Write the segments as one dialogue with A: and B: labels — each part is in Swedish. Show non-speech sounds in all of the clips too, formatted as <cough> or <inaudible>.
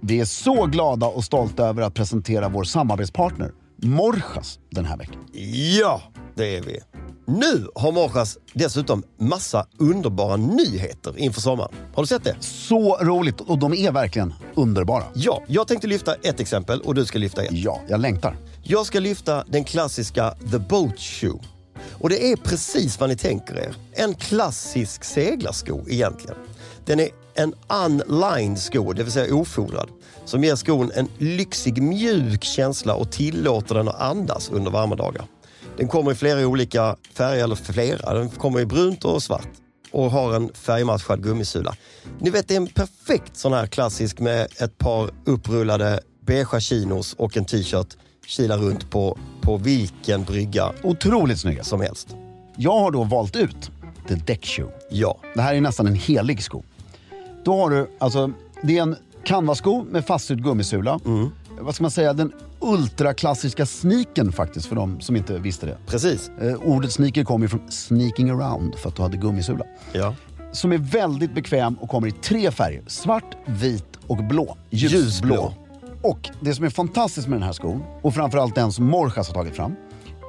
A: Vi är så glada och stolta över att presentera vår samarbetspartner Morjas den här veckan.
B: Ja, det är vi. Nu har Morras dessutom massa underbara nyheter inför sommaren. Har du sett det?
A: Så roligt och de är verkligen underbara.
B: Ja, jag tänkte lyfta ett exempel och du ska lyfta ett.
A: Ja, jag längtar.
B: Jag ska lyfta den klassiska The Boat Shoe. Och det är precis vad ni tänker er. En klassisk seglarsko egentligen. Den är en unlined sko, det vill säga ofodrad, som ger skon en lyxig mjuk känsla och tillåter den att andas under varma dagar. Den kommer i flera olika färger, eller flera, den kommer i brunt och svart och har en färgmatchad gummisula. Ni vet, det är en perfekt sån här klassisk med ett par upprullade beigea chinos och en t-shirt kila runt på, på vilken brygga
A: Otroligt snygga.
B: som helst.
A: Jag har då valt ut The Deck Shoe.
B: Ja,
A: Det här är nästan en helig sko. Då har du, alltså, det är en canvasko med fastsydd gummisula. Vad ska man säga, den ultraklassiska sneakern faktiskt, för de som inte visste det.
B: precis.
A: Eh, ordet sneaker kommer ju från sneaking around, för att du hade gummisula.
B: Ja.
A: Som är väldigt bekväm och kommer i tre färger. Svart, vit och blå. Ljusblå.
B: Ljusblå.
A: Och det som är fantastiskt med den här skon, och framförallt den som Morjas har tagit fram,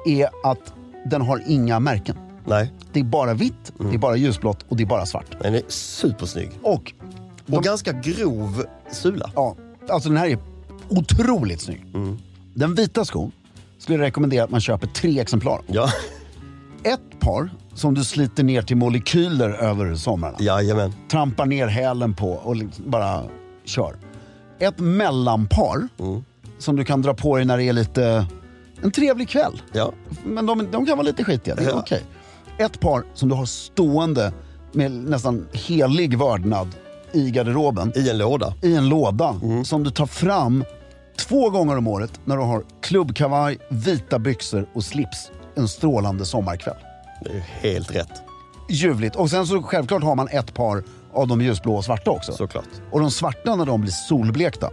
A: är att den har inga märken.
B: Nej,
A: Det är bara vitt, det är bara ljusblått och det är bara svart.
B: den är supersnygg.
A: Och,
B: Och ganska grov sula.
A: ja, alltså den här är otroligt snygg. Den vita skon skulle jag rekommendera att man köper tre exemplar.
B: Ja, <laughs>
A: Ett par som du sliter ner till molekyler över somrarna.
B: jajamän.
A: trampar ner hälen på och liksom bara kör. Ett mellanpar
B: Mm.
A: som du kan dra på dig när det är lite... En trevlig kväll.
B: Ja.
A: Men de, de kan vara lite skitiga, det är
B: Ja.
A: okej. Ett par som du har stående med nästan helig vördnad i garderoben
B: I en låda.
A: i en låda
B: Mm.
A: som du tar fram två gånger om året när du har klubbkavaj, vita byxor och slips en strålande sommarkväll
B: Det är ju helt rätt,
A: ljuvligt. Och sen så självklart har man ett par av de ljusblå och svarta också.
B: såklart.
A: Och de svarta när de blir solblekta,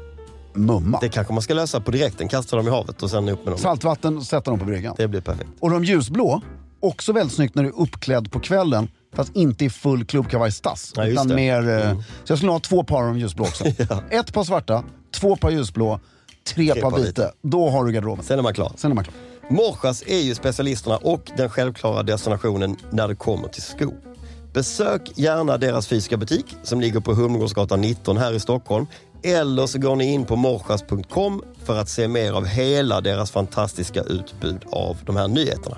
A: mumma.
B: Det kanske man ska lösa på direkten. Kasta dem i havet och sen upp med dem.
A: Saltvatten och sätta dem på bryggan.
B: Det blir perfekt.
A: Och de ljusblå, också väldigt snyggt när du är uppklädd på kvällen fast inte i full klubbkavajstass.
B: Ja, just
A: utan
B: det. Mm.
A: mer... eh, Så jag skulle ha två par av de ljusblå
B: <laughs>
A: också. Ett par svarta, två par ljusblå, tre, par
B: par
A: vita.
B: vita.
A: Då har du garderoben.
B: Sen är man klar.
A: Sen är man klar.
B: Morsas är ju specialisterna och den självklara destinationen när det kommer till skor. Besök gärna deras fysiska butik som ligger på Humlegårdsgatan 19 här i Stockholm. Eller så går ni in på morsas.com för att se mer av hela deras fantastiska utbud av de här nyheterna.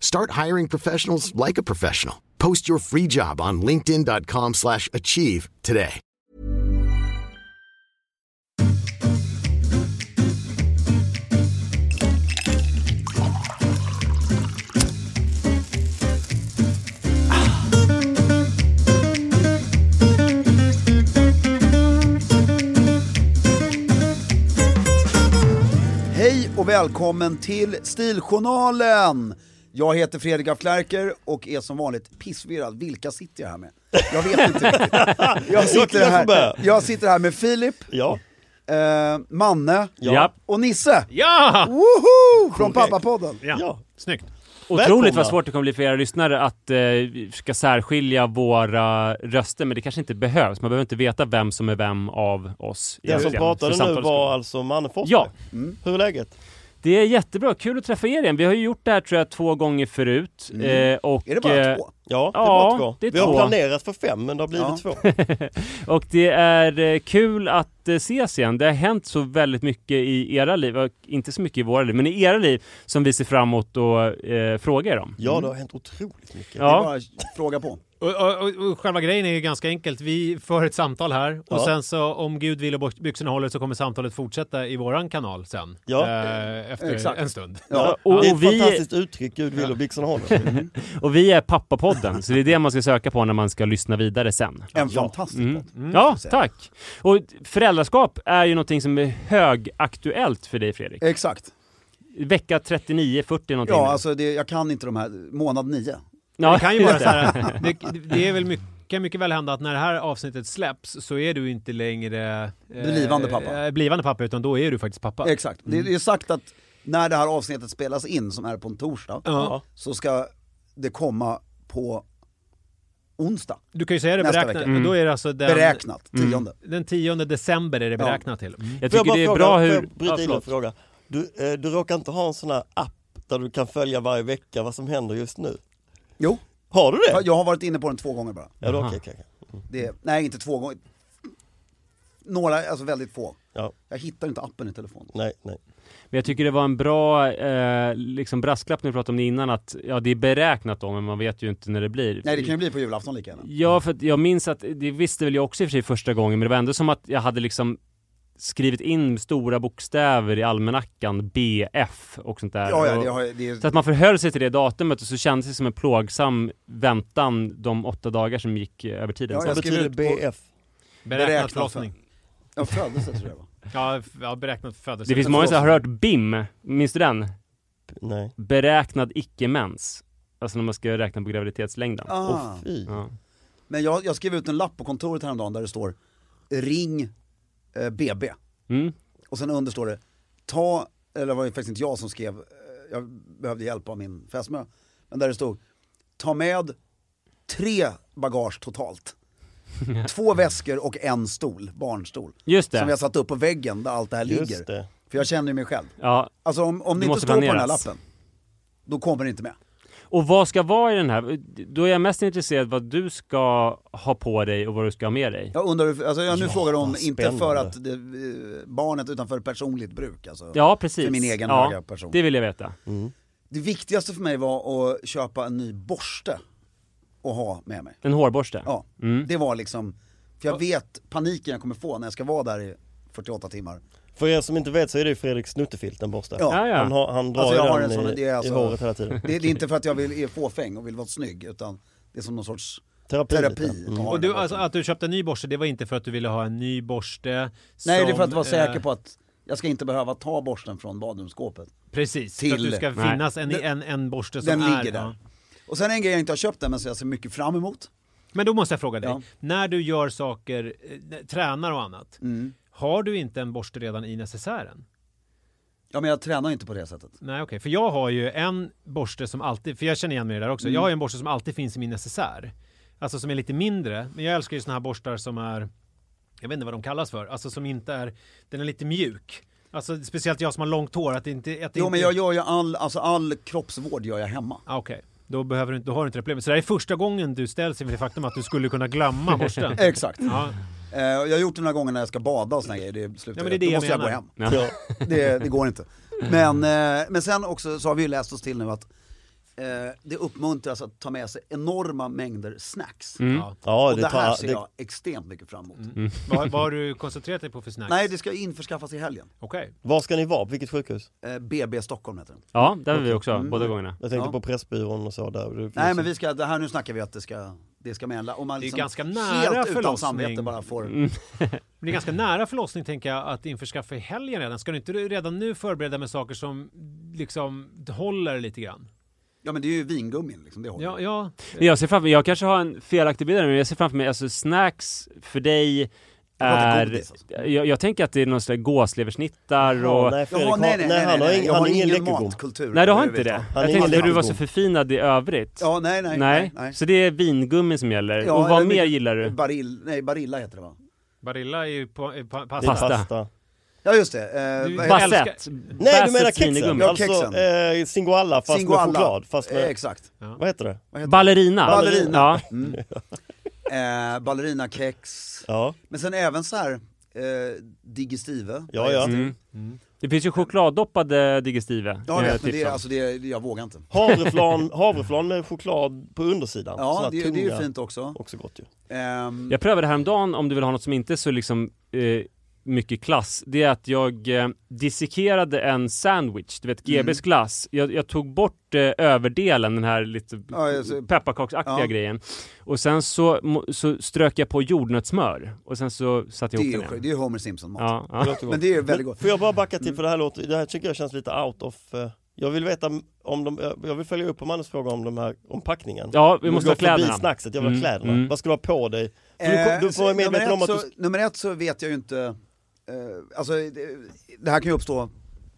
C: Start hiring professionals like a professional. Post your free job on linkedin.com/achieve slash achieve today.
A: Hej och välkommen till Stiljournalen! Jag heter Fredrik af Klerker och är som vanligt pissvirrad. Vilka sitter jag här med? Jag vet inte
D: <laughs>
A: riktigt. Jag sitter här, jag sitter här med Filip,
B: Ja,
A: eh, Manne
D: Ja.
A: och Nisse.
D: Ja!
A: Woho! Från Pappapodden.
D: ja.
B: ja.
D: Snyggt.
B: Välkomna.
D: Otroligt vad svårt det kommer bli för era lyssnare att eh, försöka särskilja våra röster, men det kanske inte behövs. Man behöver inte veta vem som är vem av oss.
B: Den som
D: egentligen, för
B: pratade nu
D: samtalets
B: var
D: skull.
B: alltså Manne Forsberg. Mm.
D: Ja.
B: Hur är läget?
D: Det är jättebra, kul att träffa er igen. Vi har ju gjort det här tror jag två gånger förut.
B: Mm.
D: Eh, och,
A: Är det bara
D: eh,
A: två?
B: Ja, det
D: Ja,
B: var två.
D: det är
B: Vi har
D: två.
B: planerat för fem, men det har blivit
A: Ja.
B: två.
D: <laughs> Och det är eh, kul att eh, ses igen. Det har hänt så väldigt mycket i era liv, och inte så mycket i våra liv, men i era liv som vi ser fram emot att eh, fråga er om.
B: Ja, det har hänt otroligt mycket.
A: Det är
D: Ja,
A: bara att fråga på.
E: Och, och, och själva grejen är ju ganska enkelt. Vi för ett samtal här och
A: Ja.
E: sen så om Gud vill och byxorna håller så kommer samtalet fortsätta i våran kanal sen.
A: Ja.
E: Eh, efter
F: Exakt.
E: en stund.
A: Ja,
D: och-
A: det är ett
D: och vi-
A: fantastiskt uttryck Gud vill och blixtarna
D: <laughs>
A: håller.
D: Och vi är Pappapodden, så det är det man ska söka på när man ska lyssna vidare sen.
F: En fantastisk
D: Mm.
F: podd.
D: Ja, tack! Och föräldraskap är ju någonting som är högaktuellt för dig Fredrik.
F: Exakt.
D: Vecka 39, 40 någonting.
F: Ja, alltså det, jag kan inte de här, månad nio.
D: Ja,
E: Det kan ju
D: just
E: vara så
F: <laughs>
E: här, det, det är väl mycket kan mycket väl hända att när det här avsnittet släpps så är du inte längre eh,
F: Blivande pappa.
E: eh, blivande pappa utan då är du faktiskt pappa.
F: Exakt. Det, det är sagt att när det här avsnittet spelas in, som är på en torsdag,
E: Ja.
F: så ska det komma på onsdag.
E: Du kan ju säga det
F: Nästa
E: beräknat.
F: vecka.
E: men Då är det alltså den,
F: Beräknat, tionde.
E: den 10 december är det beräknat till.
D: <laughs> Jag
A: Får jag
D: tycker
A: bara
D: det är
A: fråga,
D: bra
A: får
D: hur...
A: jag bryta in
D: förlåt.
A: och fråga? Du, eh, du råkar inte ha en sån här app där du kan följa varje vecka vad som händer just nu?
F: Jo,
A: Har du det?
F: jag har varit inne på den två gånger bara.
A: Ja, då, okej, okej, okej.
F: Det, nej, inte två gånger. Några, alltså väldigt få.
A: Ja,
F: Jag hittar inte appen i telefonen.
A: nej, nej.
D: Men jag tycker det var en bra eh, liksom brasklapp när vi pratade om det innan att ja, det är beräknat då, men man vet ju inte när det blir.
F: Nej, det kan ju bli på julafton lika gärna.
D: Ja, för att jag minns att det visste väl jag också i och för sig första gången, men det var ändå som att jag hade liksom skrivit in stora bokstäver i almanackan BF och sånt där.
F: Ja, ja,
D: Och-
F: det har, jag- det är,
D: Så att man förhöll sig till det datumet och så kändes det som en plågsam väntan de åtta dagar som gick eh, över tiden.
F: Ja,
D: Så
F: jag
A: Vad
D: att-
F: skriver
A: betyder
F: ut på-
A: BF?
F: Beräknat
E: Beräknat förlossning.
F: jag föddes tror jag det var.
E: Ja, f- ja, beräknat födelse.
D: det finns många som har hört BIM, minns du den?
A: Nej.
D: Beräknad icke-mens. Alltså när man ska räkna på graviditetslängden.
F: Ah.
A: Åh fy.
D: Ja.
F: Men jag, jag skrev ut en lapp på kontoret häromdagen där det står Ring eh, BB.
D: Mm.
F: Och sen under står det Ta, eller det var ju faktiskt inte jag som skrev, eh, jag behövde hjälp av min fästmö. Men där det stod Ta med tre
A: <laughs>
F: bagage totalt. Två väskor och en stol, barnstol.
D: Just
F: Som jag
D: det.
F: satt upp på väggen där allt det här ligger.
A: Just det.
F: För jag känner ju mig själv.
D: Ja.
F: Alltså om,
D: Det
F: om det inte
D: måste
F: står på den här
D: planeras.
F: lappen, då kommer det inte med.
D: Och vad ska vara i den här? Då är jag mest intresserad vad du ska ha på dig och vad du ska ha med dig.
F: Jag undrar, hur- alltså jag nu
A: Ja,
F: frågar om,
A: vad
F: inte för
A: spännande.
F: att det, eh, barnet utan för personligt bruk alltså.
D: Ja, precis.
F: För min egen
D: ja,
F: höga person. Mm.
D: Det vill jag veta.
F: Det viktigaste för mig var att köpa en ny borste och ha med mig.
D: En hårborste.
F: Ja, det var liksom, för jag vet paniken jag kommer få när jag ska vara där i 48 timmar.
A: För er som inte vet så är det ju Fredrik Snuttefilt, den borsten.
F: Ja.
D: Ja, ja.
A: Han, har, han drar
F: Alltså, jag
A: ju
F: har
A: den
F: en sån-
A: i,
F: det är alltså-
A: i håret hela
F: <laughs>
A: tiden.
F: Det, det är inte för att jag vill är fåfäng och vill vara snygg utan det är som någon sorts
A: Terapi. Mm.
F: terapi.
A: lite.
F: att ha
E: Och
F: den
E: du,
F: här
E: alltså, att du köpte en ny borste, det var inte för att du ville ha en ny borste?
F: Nej det är
E: som,
F: för att vara säker
E: eh,
F: på att jag ska inte behöva ta borsten från badrumsskåpet.
E: Precis, för att
F: till-
E: du ska
D: Nej.
E: finnas en, en, en borste som
F: Den
E: är...
F: ligger där.
E: ja.
F: Och sen en grej jag inte har köpt än men som jag ser mycket fram emot.
E: Men då måste jag fråga dig,
F: Ja.
E: när du gör saker, eh, tränar och annat,
F: Mm.
E: har du inte en borste redan i necessären?
F: Ja men jag tränar ju inte på det sättet.
E: Nej okej, för jag har ju en borste som alltid, för jag känner igen mig i det där
F: Mm.
E: också, jag har ju en borste som alltid finns i min necessär. Alltså som är lite mindre, men jag älskar ju såna här borstar som är, jag vet inte vad de kallas för, alltså som inte är, den är lite mjuk. Alltså speciellt jag som har långt hår, att det inte... Att det
F: Jo
E: inte...
F: men jag gör ju all, alltså all kroppsvård gör jag hemma.
E: Ah, Okej, då, behöver du, inte- då har du inte det problemet. Så det här är första gången du ställs inför det faktum att du skulle kunna glömma
F: <laughs>
E: borsten.
F: Exakt.
E: Ja,
F: Eh, jag har gjort det några gånger när jag ska bada och såna grejer, det slutar
E: Ja, men det är det
F: Då
E: jag
F: måste jag gå
E: menar. Mm.
F: hem.
D: Ja.
A: Ja.
F: Det, det går inte. Men, eh, men sen också så har vi ju läst oss till nu att eh, det uppmuntras att ta med sig enorma mängder snacks.
E: ja.
A: Ja,
F: Och
A: det
F: det här
A: tar...
F: ser
A: Det,
F: jag extremt mycket fram emot.
E: Mm. Vad, vad har du koncentrerat dig på för snacks?
F: Nej, det ska införskaffas i helgen.
E: Okej.
A: var ska ni vara? På vilket sjukhus?
F: Eh, BB Stockholm heter den.
D: Ja, där var vi också,
F: Mm.
D: båda gångerna.
A: Jag tänkte
F: Ja.
A: på Pressbyrån och så där. Det finns
F: Nej men
A: ju-
F: vi ska, det här nu snackar vi att det ska, det ska med en la- Om man
E: Mm. Det är
F: liksom
E: ganska nära
F: helt utan
E: förlossning.
F: samvete bara får...
E: Men det är ganska nära förlossning tänker jag att införskaffa i helgen redan. Ska du inte redan nu förbereda med saker som liksom håller lite grann?
F: Ja men det är ju vingummin liksom, det håller.
E: Ja, ja.
D: Jag ser framför jag kanske har en felaktig bild här, men jag ser framför mig, alltså snacks för dig
F: pratar
D: är...
F: godis, alltså.
D: Jag, jag tänker att det är någon slags gåsleversnittar och...
A: Ja, nej,
F: Jaha,
A: Fredrik, har-
F: nej, nej, nej,
A: han har
F: nej,
A: ingen,
F: jag
A: han
F: har
A: har ingen
F: ingen
A: läckergom.
F: matkultur.
D: Nej, du har inte
F: överhuvudtaget.
D: det?
A: Han är
D: Jag
A: ingen
D: tänkte för du var
A: läckergom.
D: så förfinad i övrigt.
F: Ja, nej, nej, nej. nej.
D: Så det är vingummin som gäller.
F: Ja,
D: och vad
F: eller-
D: mer gillar du?
F: Barill, nej, Barilla heter det va?
E: Barilla är ju på, eh, pa,
A: Det är
E: pasta.
D: Pasta.
F: Ja just det. Eh,
E: Du-
F: vad heter-
E: Bas-
D: Bassett.
E: älskar-
A: Nej, du menar
D: Bassets
A: kexen?
D: minigummi.
F: Ja,
A: Alltså
F: kexen.
A: eh, Singoalla fast
F: Singoalla.
A: med choklad. Fast med,
F: Eh, exakt.
A: Vad heter det?
F: Vad heter
D: Ballerina.
F: Ballerina.
D: Ja.
F: det? Eh, ballerinakex.
A: Ja.
F: Men sen även så här, eh, Digestive.
A: Ja, ja.
D: Mm. Det finns ju chokladdoppade digestive.
F: Ja,
D: eh,
F: jag vet, men det,
D: tips
F: är-
D: om.
F: alltså det, är- jag vågar inte.
A: Havreflan, havreflan med choklad på undersidan. Sån
F: Ja,
A: här
F: det, det är ju
A: tunga.
F: fint också.
A: Också gott ju.
F: Ehm,
D: Jag prövade häromdagen, om du vill ha något som inte är så liksom eh, mycket klass, det är att jag eh, dissekerade en sandwich, du vet
F: Mm.
D: GBs glass. Jag, jag tog bort eh, överdelen, den här lite
F: Ja, jag ser-
D: pepparkaksaktiga
F: Ja.
D: grejen. Och sen så, mo- så strök jag på jordnötssmör och sen så satte jag
F: det, är
D: ihop
F: ju,
D: den
F: det
D: igen.
F: är ju Homer Simpson-mat.
D: Ja, ja.
A: Låter gott.
F: Men det är ju väldigt gott. Mm.
A: Får jag bara backa till för det här låter, det här tycker jag känns lite out of eh, Jag vill veta om de, jag vill följa upp på Mannes fråga om de här, om packningen
D: ja, vi
A: Du
D: måste
A: går
D: ha kläderna.
A: förbi snackset, jag vill ha
D: Mm,
A: kläderna.
D: mm.
A: Vad ska du ha på dig? För du, du får
F: Eh,
A: vara
F: så nummer
A: medveten om
F: ett
A: att du
F: så- Nummer ett så vet jag ju inte, eh, alltså det, det här kan ju uppstå,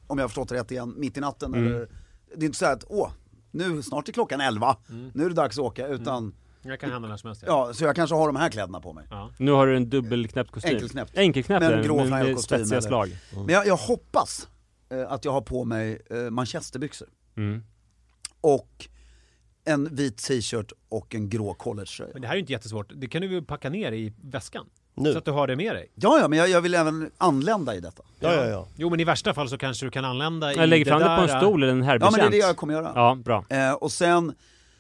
F: om jag har förstått det rätt igen, mitt i natten
A: Mm.
F: eller Det är inte så här att, åh, nu snart är klockan 11,
A: Mm.
F: nu är det dags att åka, utan,
E: Jag kan hamna när som helst. Ja.
F: ja, så jag kanske har de här kläderna på mig.
D: Nu har du en dubbelknäppt kostym.
F: Enkelknäppt.
D: Enkelknäppt
F: Men
D: är den,
F: grå
D: med- med
F: flanellkostym
D: spetsiga
F: eller-
D: slag.
A: Mm.
F: Men jag, jag hoppas eh, att jag har på mig eh, manchesterbyxor.
D: Mm.
F: Och en vit t-shirt och en grå collegetröja.
E: Men det här är ju inte jättesvårt. Det kan du ju packa ner i väskan.
A: Nu.
E: Så att du har det med dig.
F: Ja, ja, men jag, jag vill även anlända i detta.
A: Ja, ja, ja.
E: Jo men i värsta fall så kanske du kan anlända i
D: Jag lägger fram det på
E: där, eh,
D: en stol eller en
F: Ja,
D: herrbetjänt.
F: men det är det jag kommer göra.
D: Ja, bra.
F: Eh, och sen,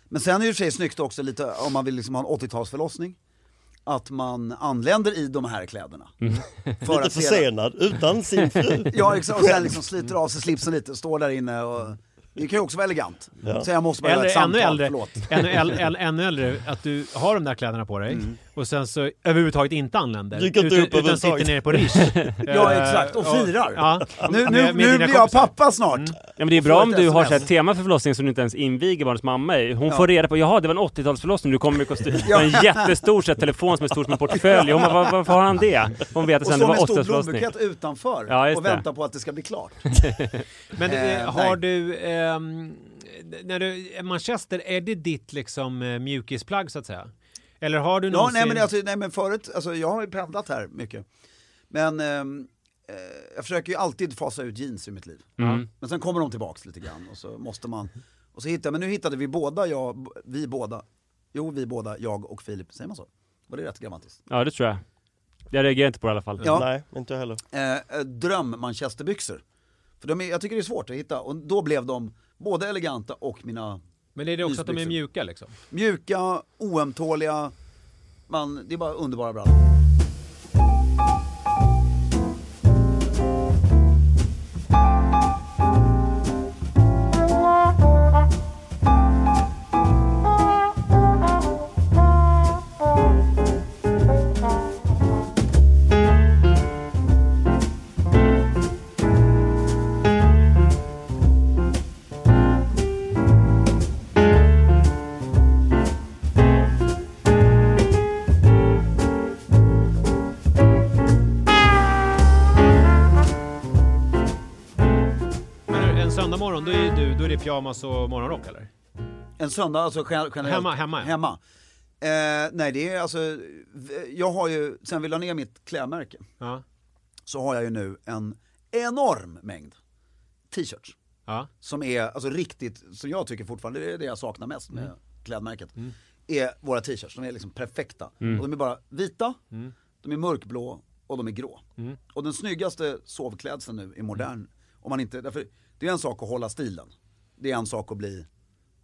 F: men sen är det i och för sig snyggt också lite om man vill liksom ha en 80-talsförlossning. Att man anländer i de här kläderna. För
A: Lite
F: sedan-
A: försenad, utan sin
F: <laughs>
A: fru.
F: Ja exakt, och sen liksom sliter av sig slipsen lite, står där inne och det kan ju också vara elegant. Så jag måste bara göra
E: Eller
F: ett samtal,
E: ännu äldre, <laughs>
F: förlåt.
E: ännu, äl, äl, ännu äldre, att du har de där kläderna på dig
F: Mm.
E: och sen så överhuvudtaget inte anländer.
A: Dyker inte
E: utan,
A: upp
E: utan
A: överhuvudtaget.
E: sitter nere på Rish.
F: <laughs> Ja exakt, och firar.
E: Ja,
F: Nu, nu,
E: med- med
F: nu
E: dina
F: blir jag
E: kompisar. Mm.
F: pappa snart.
D: Ja, men det är
F: Och
D: bra
F: får
D: om
F: ett
D: du har så
F: SMS.
D: här tema för förlossningen som du inte ens inviger barnets mamma i. Hon
F: Ja.
D: får reda på, jaha det var en 80-talsförlossning, du kommer i
F: <laughs>
D: kostym. Det var en jättestor så här, telefon som är stor som en portfölj. Hon bara, "Var- varför har han det? Hon vet att
F: Och
D: sen det var
F: står med en stor
D: 80-talsförlossning.
F: blombukett utanför
D: Ja, just
F: och
D: det.
F: väntar på att det ska bli klart.
E: <laughs> Men
F: Eh,
E: eh, har
F: nej.
E: du, ehm, när du, eh, Manchester, är det ditt liksom eh, mjukisplagg så att säga? Eller har du
F: Ja,
E: någonsin...
F: nej, men alltså, nej men förut, alltså, jag har ju pendlat här mycket. Men ehm, eh, jag försöker ju alltid fasa ut jeans i mitt liv.
D: Mm.
F: Men sen kommer de tillbaks lite grann och så måste man, och så hittar jag, men nu hittade vi båda, jag, vi båda, jo vi båda, jag och Filip, säger man så? Var det rätt grammatiskt?
D: Ja, det tror jag. Jag reagerar inte på det i alla fall.
F: Ja.
A: Nej, inte jag heller.
F: Eh, eh, dröm manchesterbyxor. För de är, jag tycker det är svårt att hitta och då blev de både eleganta och mina
E: Men är det också att de är
F: Mysbyxor.
E: mjuka liksom?
F: mjuka, oömtåliga, man, det är bara underbara brallor.
E: Men en söndag morgon, då är, du, då är det pyjamas och morgonrock eller?
F: En söndag, alltså gen- generellt?
E: Hemma, hemma, ja.
F: hemma. Eh, nej, det är alltså, v- jag har ju, sen vi la ner mitt klädmärke,
E: Ja.
F: så har jag ju nu en enorm mängd t-shirts.
E: ja.
F: Som är, alltså riktigt, som jag tycker fortfarande, det är det jag saknar mest med klädmärket. Är våra t-shirts, de är liksom perfekta. Och de är bara vita, de är mörkblå och de är grå. Och den snyggaste sovklädseln nu är modern, om man inte, därför, det är en sak att hålla stilen. Det är en sak att bli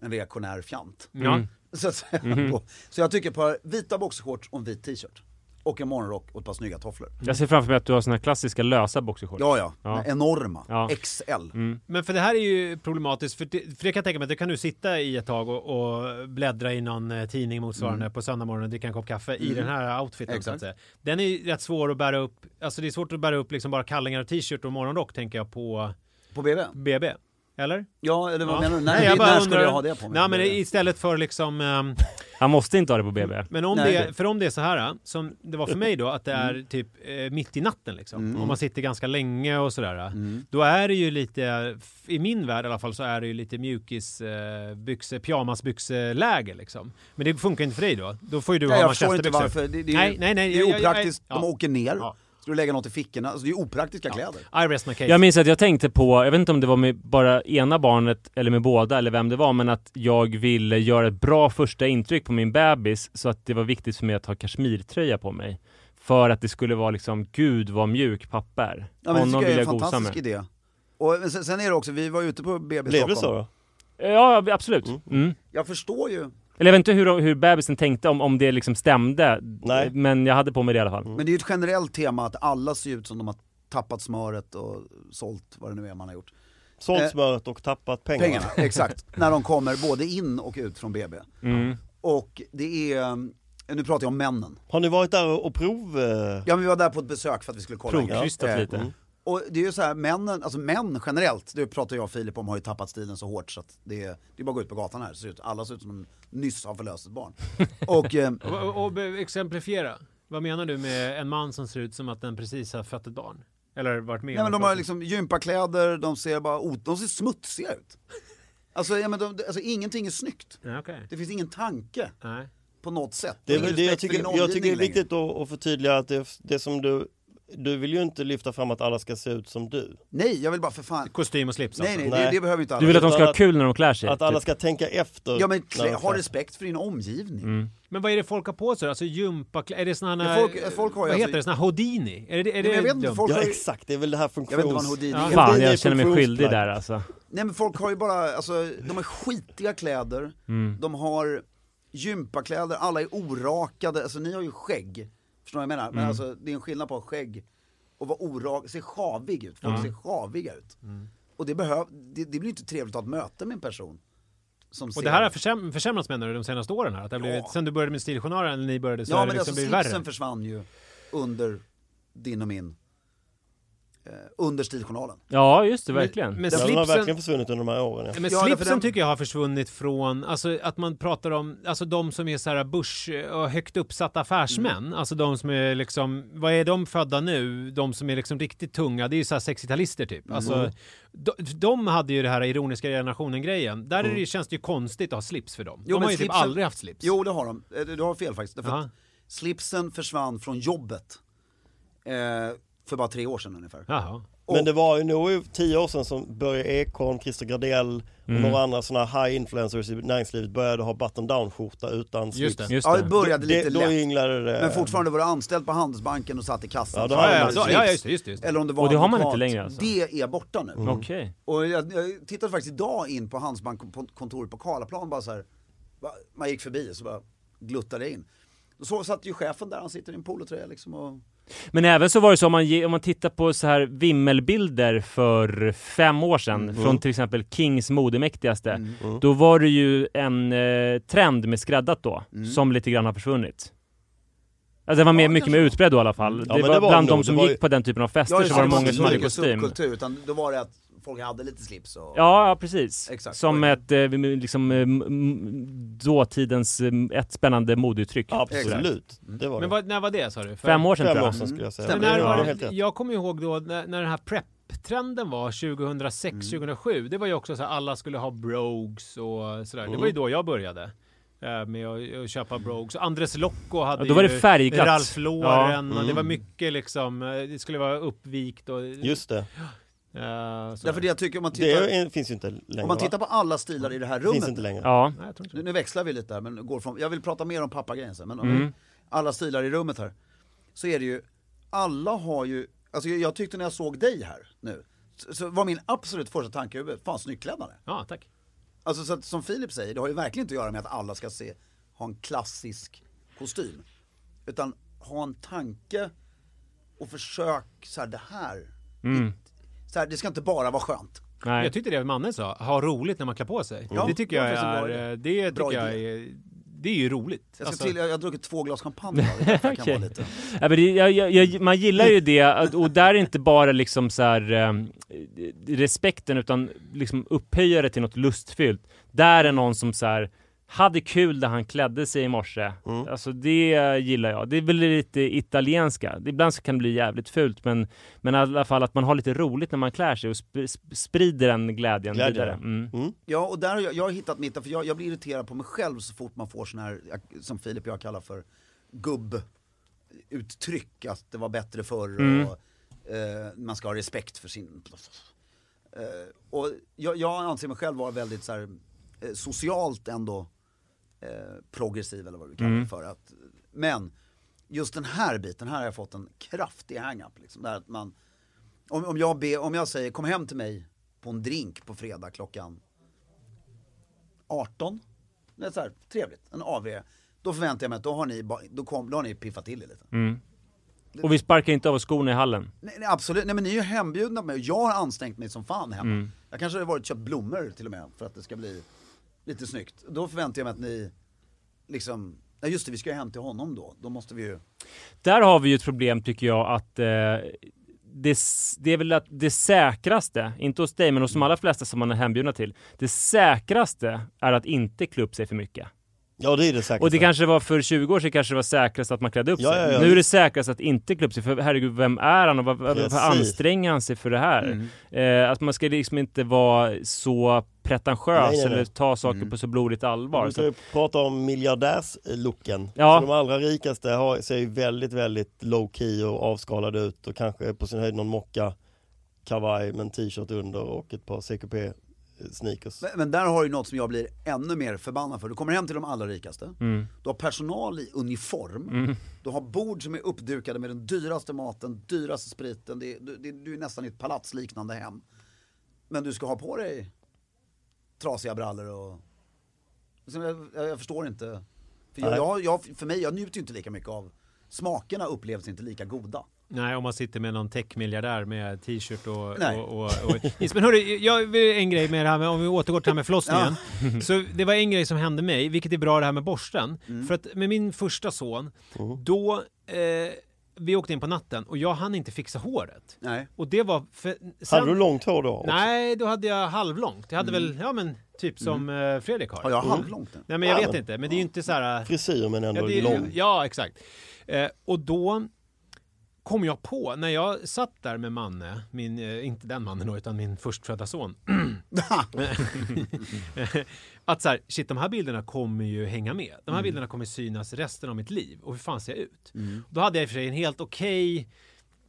F: en reaktionär fjant.
E: Ja.
F: Så, att säga. så jag tycker ett par vita boxershorts och en vit t-shirt. Och en morgonrock och ett par snygga tofflor.
D: Jag ser framför mig att du har såna här klassiska lösa boxershorts.
F: Ja, ja.
D: Ja.
F: Enorma.
D: Ja.
F: XL.
E: Men för det här är ju problematiskt, för det, för det kan jag tänka mig att det kan du sitta i ett tag och, och bläddra i någon eh, tidning motsvarande på söndag morgon och dricka en kopp kaffe i den här outfiten. Så att
F: Mm. Exakt.
E: säga. Den är ju rätt svår att bära upp, alltså det är svårt att bära upp liksom bara kallingar och t-shirt och morgonrock tänker jag på
F: På BB?
E: BB. Eller?
F: Ja, eller vad
E: Ja.
F: menar du? När,
E: Nej, jag bara
F: när skulle
E: undrar-
F: jag ha det på mig?
E: Nej, men istället för liksom... ehm,
D: Han måste inte ha det på BB.
E: Men om
F: Nej. Mm.
E: det, för om det är så här, eh, som det var för mig då, att det är typ eh, mitt i natten liksom. Om man sitter ganska länge och sådär. eh,
F: Mm.
E: Då är det ju lite, i min värld i alla fall, så är det ju lite mjukis, eh, byxor, pyjamasbyxeläge liksom. Men det funkar inte för dig då? Då får ju du
F: Nej,
E: ha
F: jag förstår inte
E: manchesterbyxor.
F: varför. Det, det, är,
E: liksom. nej, nej, nej.
F: det är
E: jag- jag-
F: opraktiskt.
E: jag-
F: De
E: ja.
F: åker ner.
E: Ja.
F: Ska du lägga något i fickorna? Alltså, det är opraktiska kläder.
E: I rest my case.
D: Jag minns att jag tänkte på, jag vet inte om det var med bara ena barnet eller med båda eller vem det var, men att jag ville göra ett bra första intryck på min bebis så att det var viktigt för mig att ha kashmirtröja på mig. För att det skulle vara liksom, gud vad mjuk papper.
F: Ja, men det
D: Honom
F: tycker jag
D: vill
F: är en
D: jag gosa med.
F: fantastisk idé. Och men sen, sen är det också, vi var ute på BB
A: Blev det så
F: Stockholm.
A: då?
D: Ja, absolut. Mm.
F: Jag förstår ju,
D: Eller jag vet inte hur, hur bebisen tänkte, om, om det liksom stämde.
A: Nej. Mm.
D: Men jag hade på mig det i alla fall.
F: men det är ju ett generellt tema att alla ser ut som de har tappat smöret och sålt vad det nu är man har gjort. Eh,
A: Sålt smöret och tappat pengarna.
F: Pengarna,
E: <laughs>
F: exakt. När de kommer både in och ut från BB.
E: Mm.
F: Och det är, eh, nu pratar jag om männen.
A: Har ni varit där och prov... eh,
F: Ja men vi var där på ett besök för att vi skulle kolla en grej.
D: Provkrystat
F: Eh,
D: lite.
A: Mm.
F: Och det är ju så här, männen, alltså män generellt, det pratar jag och Filip om, har ju tappat stilen så hårt så att det är, det är bara att gå ut på gatan här, ser ut, alla ser ut som de nyss har förlöst ett barn.
A: <laughs>
F: Och eh,
E: Och, och, och be- exemplifiera. Vad menar du med en man som ser ut som att den precis har fött ett barn? Eller varit med
F: Nej men
E: om
F: de har
E: förlossning?
F: liksom gympakläder, de ser bara o- de ser smutsiga ut. Alltså, ja, men de, alltså ingenting är snyggt.
E: Nej, okej.
F: Det finns ingen tanke
E: Nej.
F: på något sätt.
A: Det, är
F: Ingen
A: väl det, jag,
F: respekt för
A: tycker,
F: din
A: jag tycker det är
F: omgivning längre.
A: viktigt att, att förtydliga att det, det som du... Du vill ju inte lyfta fram att alla ska se ut som du.
F: Nej, jag vill bara för fan.
E: Kostym och slips
F: Nej,
E: alltså.
F: nej, Det,
A: Nej.
F: det behöver ju inte alla.
D: Du vill att de ska ha
A: att-
D: kul när de klär sig?
A: Att alla
D: typ.
A: ska tänka efter.
F: Ja men
A: när
F: klä,
A: de Mm.
F: ha
A: klär sig.
F: respekt för din omgivning.
E: Men vad är det folk har på sig då? Alltså gympakläder? Är det såna här...
F: Ja, folk- folk har
E: vad
F: ju alltså-
E: heter det? Såna här Houdini? Är det, är
F: Nej,
E: det
F: men jag vet inte,
E: dumt?
F: folk
A: Ja
F: har ju,
A: exakt, det är väl det här
F: jag vet inte
A: funktions...
F: vad en Houdini
E: Ja.
F: är.
D: Fan,
A: Det är
D: jag känner mig skyldig
A: funktionsplagg.
D: där alltså.
F: Nej men folk har ju bara, alltså de har skitiga kläder,
E: Mm.
F: de har gympakläder, alla är orakade, alltså ni har ju skägg. Förstår du vad jag menar?
E: Mm.
F: Men alltså det är en skillnad på att ha skägg och vara orak, se sjavig ut,
E: Mm.
F: folk ser sjaviga ut. Och det, behöv, det, det blir ju inte trevligt att ha ett möte med en person. Som
E: Och det här har försäm försämrats menar du de senaste åren här? Att det har blivit, sen du började med stiljournalen, eller ni började, så
F: Ja
E: har
F: men
E: det liksom
F: alltså
E: blivit
F: slipsen
E: värre?
F: försvann ju under din och min, eh, under stiljournalen.
D: Ja, just det, verkligen.
F: Mm.
E: Men
A: Ja, Den har
E: slipsen,
A: verkligen försvunnit under de här åren. Ja.
E: men
F: Ja, därför
E: slipsen
F: den-
E: tycker jag har försvunnit från, alltså att man pratar om, alltså de som är så här börs och högt uppsatta affärsmän,
F: Mm.
E: alltså de som är liksom, vad är de födda nu? De som är liksom riktigt tunga, det är ju så här 60-talister typ.
F: Mm.
E: Alltså, de, de hade ju det här ironiska generationen-grejen. Där är det, känns det ju konstigt att ha slips för dem.
F: Mm. Jo,
E: de
F: men
E: har ju
F: slipsen-
E: typ aldrig haft slips.
F: Jo det har de, Eh, du du har fel faktiskt. Därför
E: Jaha.
F: att slipsen försvann från jobbet eh, för bara tre år sedan ungefär.
E: Jaha.
A: Men det var ju nog tio år sedan som Börje Ekholm, Christer Gardell och
E: Mm.
A: några andra sådana high influencers i näringslivet började ha button down skjorta utan
E: Just
A: slips.
E: det.
D: Just
F: Ja, det
D: det.
F: började
A: Det,
F: lite
A: då
F: lätt.
A: ynglade det.
F: Men fortfarande var du anställd på Handelsbanken och satt i kassan.
A: Ja, då
F: Så
A: har
F: hade
A: jag-
F: du
E: ja,
F: slips.
E: ja, just det, just det, just det.
F: Eller om det var
D: Och det har man
F: advokat.
D: inte längre, alltså. Mm.
F: Det är borta nu.
D: Okej.
F: Och jag, jag tittade faktiskt idag in på Handelsbankkontoret på Karlaplan bara så här. va- Man gick förbi och så bara gluttade in. Då så satt ju chefen där, han sitter i en polotröja liksom och...
D: Men även så var det så om man, ge, om man tittar på så här vimmelbilder för fem år sedan
A: Mm.
D: från till exempel Kings modemäktigaste. Då var det ju en eh, trend med skräddat då,
A: Mm.
D: som lite grann har försvunnit. Alltså det var mer, mycket mer utbredd då i alla fall.
A: Mm. Ja,
D: det,
A: men
D: var
A: det var
D: bland
A: det nog.
D: de som
A: Det var
D: gick
A: ju-
D: på den typen av fester så var det
F: inte
D: många
F: så
D: som hade
F: mycket
D: kostym.
F: subkultur, utan då var det att folk hade lite slips och...
D: Ja, ja precis.
F: Exakt.
D: Som
F: Oj.
D: ett, eh, liksom, eh, m- m- dåtidens, eh, ett spännande modeuttryck.
A: Absolut, det var det.
E: Men vad, när var det sa du? För-
D: Fem år sedan
A: Fem
D: tror
A: år
D: jag.
A: sedan skulle jag säga.
E: Men
A: Det
E: när
A: var
E: var
A: helt rätt.
E: det, jag kommer ihåg då när, när den här prep-trenden var 2006,
F: Mm.
E: 2007. Det var ju också så här, alla skulle ha brogues och sådär. Det var ju
F: Mm.
E: då jag började. eh, Med att att köpa Brogues. Andres Locco hade
D: Ja, då var det
E: ju
D: färgat.
E: Ralph Lauren
D: Ja.
E: och det
F: Mm.
E: var mycket liksom, eh, det skulle vara uppvikt och...
A: Just det.
E: eh, sådär.
F: Därför det jag tycker om man
A: Det
F: tittar...
A: är, finns ju inte längre.
F: Om man tittar
A: va?
F: på alla stilar i det här
A: finns
F: rummet
A: inte längre.
D: Ja.
E: Nej, jag tror inte
F: Nu,
E: det.
F: nu växlar vi lite där, men går från, jag vill prata mer om pappagrejen sen, men om alla stilar i rummet här. Så är det ju, alla har ju, alltså jag, jag tyckte när jag såg dig här nu, så, så var min absolut första tanke i huvudet, fan snyggt klädd han är.
E: Ja, tack.
F: Alltså så att, som Filip säger, det har ju verkligen inte att göra med att alla ska se, ha en klassisk kostym. Utan ha en tanke och försök så här, det här, så här, det ska inte bara vara skönt.
D: Nej.
E: Jag tyckte det mannen sa, ha roligt när man klär på sig.
F: Ja,
E: det tycker
F: det
E: jag
F: var faktiskt en bra
E: är,
F: idé.
E: eh, det
F: Bra
E: tycker jag
F: idé.
E: är, det är ju roligt.
F: Jag, ska
E: Alltså,
F: till, jag, jag har druckit två glas champagne idag, det kanske jag kan vara
D: Okej.
F: lite.
D: Ja, men det, jag, jag, jag, man gillar ju det att- och där är inte bara liksom så här, eh, respekten utan liksom upphöja det till något lustfyllt. Där är någon som så här, hade kul där han klädde sig i morse. Alltså det gillar jag. Det är väl lite italienska. Det- Ibland så kan det bli jävligt fult men, men i alla fall att man har lite roligt när man klär sig och sp- sp- sprider den glädjen
A: Glädje.
D: vidare. Mm.
F: Ja, och där har jag, jag har hittat mitt, för jag, jag blir irriterad på mig själv så fort man får sån här, jag- som Filip och jag kallar för gubbuttryck, att det var bättre förr och eh, man ska ha respekt för sin... Eh, och jag, jag anser mig själv vara väldigt så här, eh, socialt ändå eh, progressiv eller vad du kallar det för. Att, men just den här biten, här har jag fått en kraftig hang-up. Liksom, där att man, om, om, jag be, om jag säger kom hem till mig på en drink på fredag klockan 18. Det är så här, trevligt, en AV. Då förväntar jag mig att då har ni, ba- då kom, då har ni piffat till er lite.
D: Och vi sparkar inte av oss skorna i hallen.
F: Nej, nej, absolut, nej men ni är ju hembjudna på mig och jag har ansträngt mig som fan hemma. Jag kanske har varit och köpt blommor till och med för att det ska bli lite snyggt. Då förväntar jag mig att ni liksom, ja just det vi ska ju hem till honom då. Då måste vi ju,
D: Där har vi ju ett problem tycker jag att eh, det, s- det är väl att det säkraste, inte hos dig men hos de allra flesta som man är hembjudna till, det säkraste är att inte klä upp sig för mycket.
B: Ja, det är det säkert.
D: Och det kanske var för 20 år sedan kanske det var säkrast att man klädde upp
B: Ja,
D: sig.
B: ja, ja.
D: Nu är det säkrast att inte klä upp sig, för herregud, vem är han och vad- vad- varför
B: Precis. Mm.
D: anstränger han sig för det här? Eh, att man ska liksom inte vara så pretentiös
B: Nej, nej, nej.
D: eller ta saker på så blodigt allvar.
B: Vi
D: Så
B: ska ju prata om miljardärslooken.
D: Ja.
B: Så De allra rikaste har, ser ju väldigt, väldigt low key och avskalade ut och kanske på sin höjd någon mocka kavaj med en t-shirt under och ett par CQP sneakers.
F: men- men där har du något som jag blir ännu mer förbannad för. Du kommer hem till de allra rikaste,
B: Mm.
F: du har personal i uniform, du har bord som är uppdukade med den dyraste maten, dyraste spriten, det är, du, det, du är nästan i ett palatsliknande hem. Men du ska ha på dig trasiga brallor och... Liksom, Jag, jag, jag förstår inte. För, jag,
B: Nej.
F: jag, jag, för mig, jag njuter ju inte lika mycket av, smakerna upplevs inte lika goda.
E: Nej, om man sitter med någon techmiljardär med t-shirt och,
F: Nej.
E: och, och, och <laughs> jeans. Men hörru, jag vill en grej med det här med, om vi återgår till det här med förlossningen. <laughs> Så det var en grej som hände mig, vilket är bra det här med borsten. För att med min första son, då, eh, vi åkte in på natten och jag hann inte fixa håret.
F: Nej.
E: Och det var... För, sen,
B: Hade du långt hår då? också?
E: Nej, då hade jag halvlångt. Jag hade väl, ja men typ som eh, Fredrik har.
F: Har
B: Mm.
F: jag halvlångt nu?
E: Nej men jag
B: Ja,
E: vet
B: men-
E: inte, men det är ju inte så här... eh,
B: Frisyr men ändå
E: Ja, det,
B: lång.
E: ja exakt. Eh, och då kom jag på, när jag satt där med Manne, min, eh, inte den mannen då, utan min
B: <laughs>
E: förstfödda son. att så här, shit de här bilderna kommer ju hänga med. De här
B: Mm.
E: bilderna kommer synas resten av mitt liv. Och hur fan ser jag ut? Då hade jag i och för sig en helt okej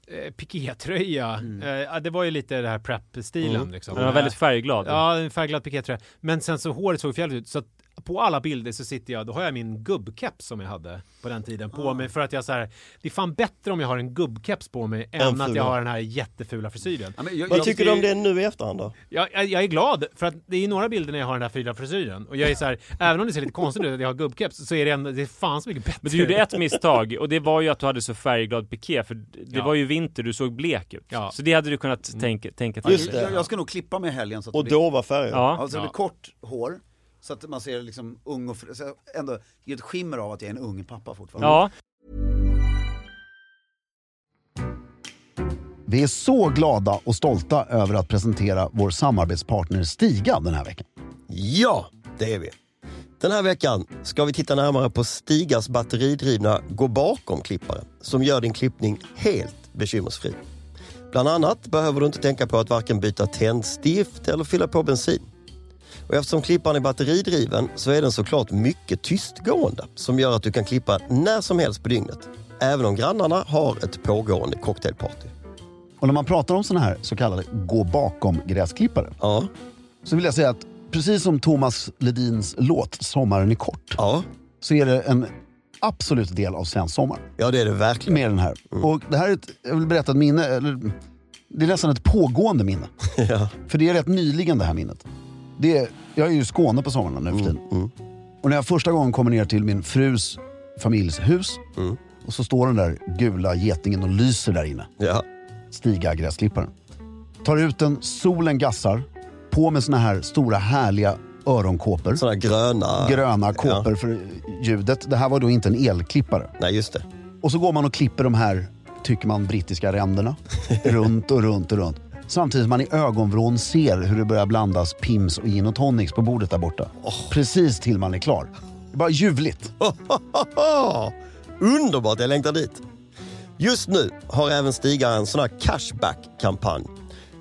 E: eh, pikétröja.
B: Mm.
E: Eh, ja, det var ju lite det här prep-stilen liksom.
D: Den var väldigt färgglad.
E: Ja, en färgglad pikétröja. Men sen så håret såg fjälligt ut. Så att på alla bilder så sitter jag, då har jag min gubbkeps som jag hade på den tiden på mig. För att jag så här, det är fan bättre om jag har en gubbkeps på mig än
B: Än
E: att
B: fula.
E: jag har den här jättefula frisyren.
F: Ja, men jag,
B: Vad
F: jag-
B: tycker du om det nu i efterhand då?
E: Jag, jag, jag är glad för att det är några bilder när jag har den här fula frisyren. Och jag är så här, även om det ser lite konstigt ut att jag har gubbkeps så är det ändå, det är fan så mycket bättre.
D: Men du
E: <laughs>
D: gjorde ett misstag och det var ju att du hade så färgglad piké för det
E: Ja.
D: var ju vinter, du såg blek ut.
E: Ja. Mm.
D: Så det hade du kunnat tänka, tänka till.
B: Just det.
F: Jag, jag ska nog klippa mig i helgen så att det
B: Och
F: blir-
B: dova färger?
D: Ja.
F: Alltså det blir kort hår, så att man ser liksom ung och fri- så jag ändå ger ett skimmer av att jag är en ung pappa fortfarande.
D: ja.
F: Vi är så glada och stolta över att presentera vår samarbetspartner Stiga den här veckan.
B: Ja, det är vi. Den här veckan ska vi titta närmare på Stigas batteridrivna gå bakom-klippare som gör din klippning helt bekymmersfri. Bland annat behöver du inte tänka på att varken byta tändstift eller fylla på bensin. Och eftersom klipparen är batteridriven så är den såklart mycket tystgående som gör att du kan klippa när som helst på dygnet. Även om grannarna har ett pågående cocktailparty.
F: Och när man pratar om sådana här så kallade gå bakom gräsklippare
B: Ja,
F: så vill jag säga att precis som Thomas Ledins låt Sommaren är kort
B: ja,
F: så är det en absolut del av svensk sommar.
B: ja det är det verkligen.
F: med den här. Och det här är ett, jag vill berätta ett minne, eller det är nästan ett pågående <laughs> minne.
B: Ja.
F: För det är rätt nyligen det här minnet. Det är, jag är ju i Skåne på sommaren nu för tiden. Och när jag första gången kommer ner till min frus familjs hus och så står den där gula getingen och lyser där inne.
B: Ja,
F: Stiga gräsklipparen. Tar ut den, solen gassar, på med såna här stora härliga öronkåpor.
B: sådana gröna...
F: Gröna
B: Ja.
F: kåpor för ljudet. Det här var då inte en elklippare.
B: Nej, just det.
F: Och så går man och klipper de här, tycker man, brittiska <laughs> ränderna. runt och runt och runt. Samtidigt som man i ögonvrån ser hur det börjar blandas Pims och gin och tonics på bordet där borta. Precis till man är klar. Det är bara ljuvligt.
B: Haha! <laughs> Underbart, jag längtar dit. Just nu har även Stiga en sån här cashback-kampanj.